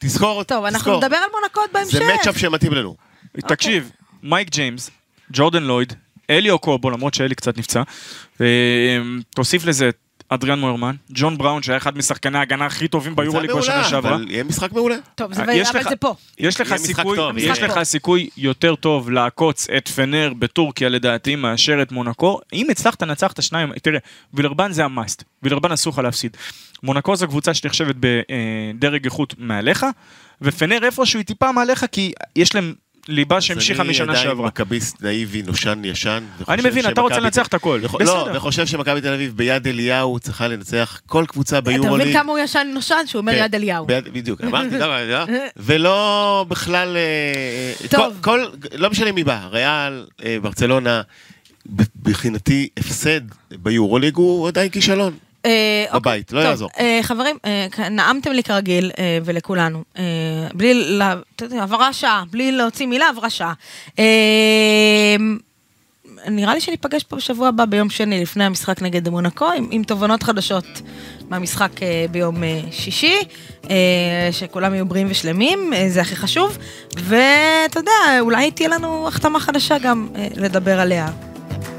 Speaker 4: תזכור,
Speaker 1: טוב, אנחנו
Speaker 4: תזכור.
Speaker 1: נדבר על מונקו עוד בהמשך.
Speaker 4: זה מצ'אפ שמתאים לנו.
Speaker 3: אוקיי. תקשיב, מייק ג'יימס, ג'ורדן לויד, אלי אוקובו, למרות שאלי קצת נפצע, אה, תוסיף לזה את אדריאן מוירמן, ג'ון בראון, שהיה אחד משחקני ההגנה הכי טובים ביורוליג
Speaker 4: זה
Speaker 3: בשנה
Speaker 4: מעולה,
Speaker 3: שעברה.
Speaker 4: אבל יהיה משחק מעולה.
Speaker 1: טוב, זה-
Speaker 3: אה, יש
Speaker 1: אבל
Speaker 3: לך-
Speaker 1: זה פה.
Speaker 3: יש לך
Speaker 4: יהיה משחק
Speaker 3: סיכוי,
Speaker 4: טוב,
Speaker 3: יש
Speaker 1: יהיה.
Speaker 3: לך סיכוי יותר טוב לעקוץ את פנר בטורקיה לדעתי מאשר את מונקו. אם הצלחת לנצח את השניים, תראה, וילרבן זה המאסט, וילרבן אסור לך להפסיד. מונקו זו קבוצה שנחשבת בדרג איכות מעליך, ופנר איפשהו היא טיפה מעליך כי יש להם ליבה שהמשיכה משנה
Speaker 4: אני
Speaker 3: שעברה.
Speaker 4: עדיין מכביסט נאיבי, נושן, ישן. וחושב
Speaker 3: אני מבין, אתה
Speaker 4: שמכבי-
Speaker 3: רוצה לנצח את הכל.
Speaker 4: יכול- לא,
Speaker 3: בסדר.
Speaker 4: וחושב שמכבי תל אביב ביד אליהו צריכה לנצח כל קבוצה
Speaker 1: אתה
Speaker 4: ביורוליג.
Speaker 1: מבין כמה הוא ישן נושן שהוא אומר
Speaker 4: כן,
Speaker 1: יד אליהו.
Speaker 4: ביד- בדיוק, אמרתי, למה, לא? ולא בכלל, אה, אה,
Speaker 1: טוב.
Speaker 4: כל- כל, לא משנה מי בא, ריאל, אה, ברצלונה, ב- מבחינתי הפסד ביורוליג הוא עדיין כישלון.
Speaker 1: אה, אוקיי,
Speaker 4: בבית, לא
Speaker 1: טוב,
Speaker 4: יעזור.
Speaker 1: אה, חברים, אה, כ- נאמתם לי כרגיל, אה, ולכולנו, אה, בלי, לה- אתה יודע, עברה שעה, בלי להוציא מילה, עברה שעה. אה, נראה לי שניפגש פה בשבוע הבא ביום שני לפני המשחק נגד מונקו עם, עם תובנות חדשות מהמשחק אה, ביום אה, שישי, אה, שכולם יהיו בריאים ושלמים, אה, זה הכי חשוב, ואתה יודע, אולי תהיה לנו החתמה חדשה גם אה, לדבר עליה,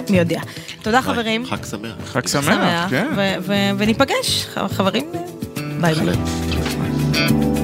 Speaker 1: מי יודע. תודה חברים.
Speaker 4: חג שמח.
Speaker 3: חג שמח, כן.
Speaker 1: ו- ו- וניפגש, ח- חברים, ביי ביי.
Speaker 4: בהחלט.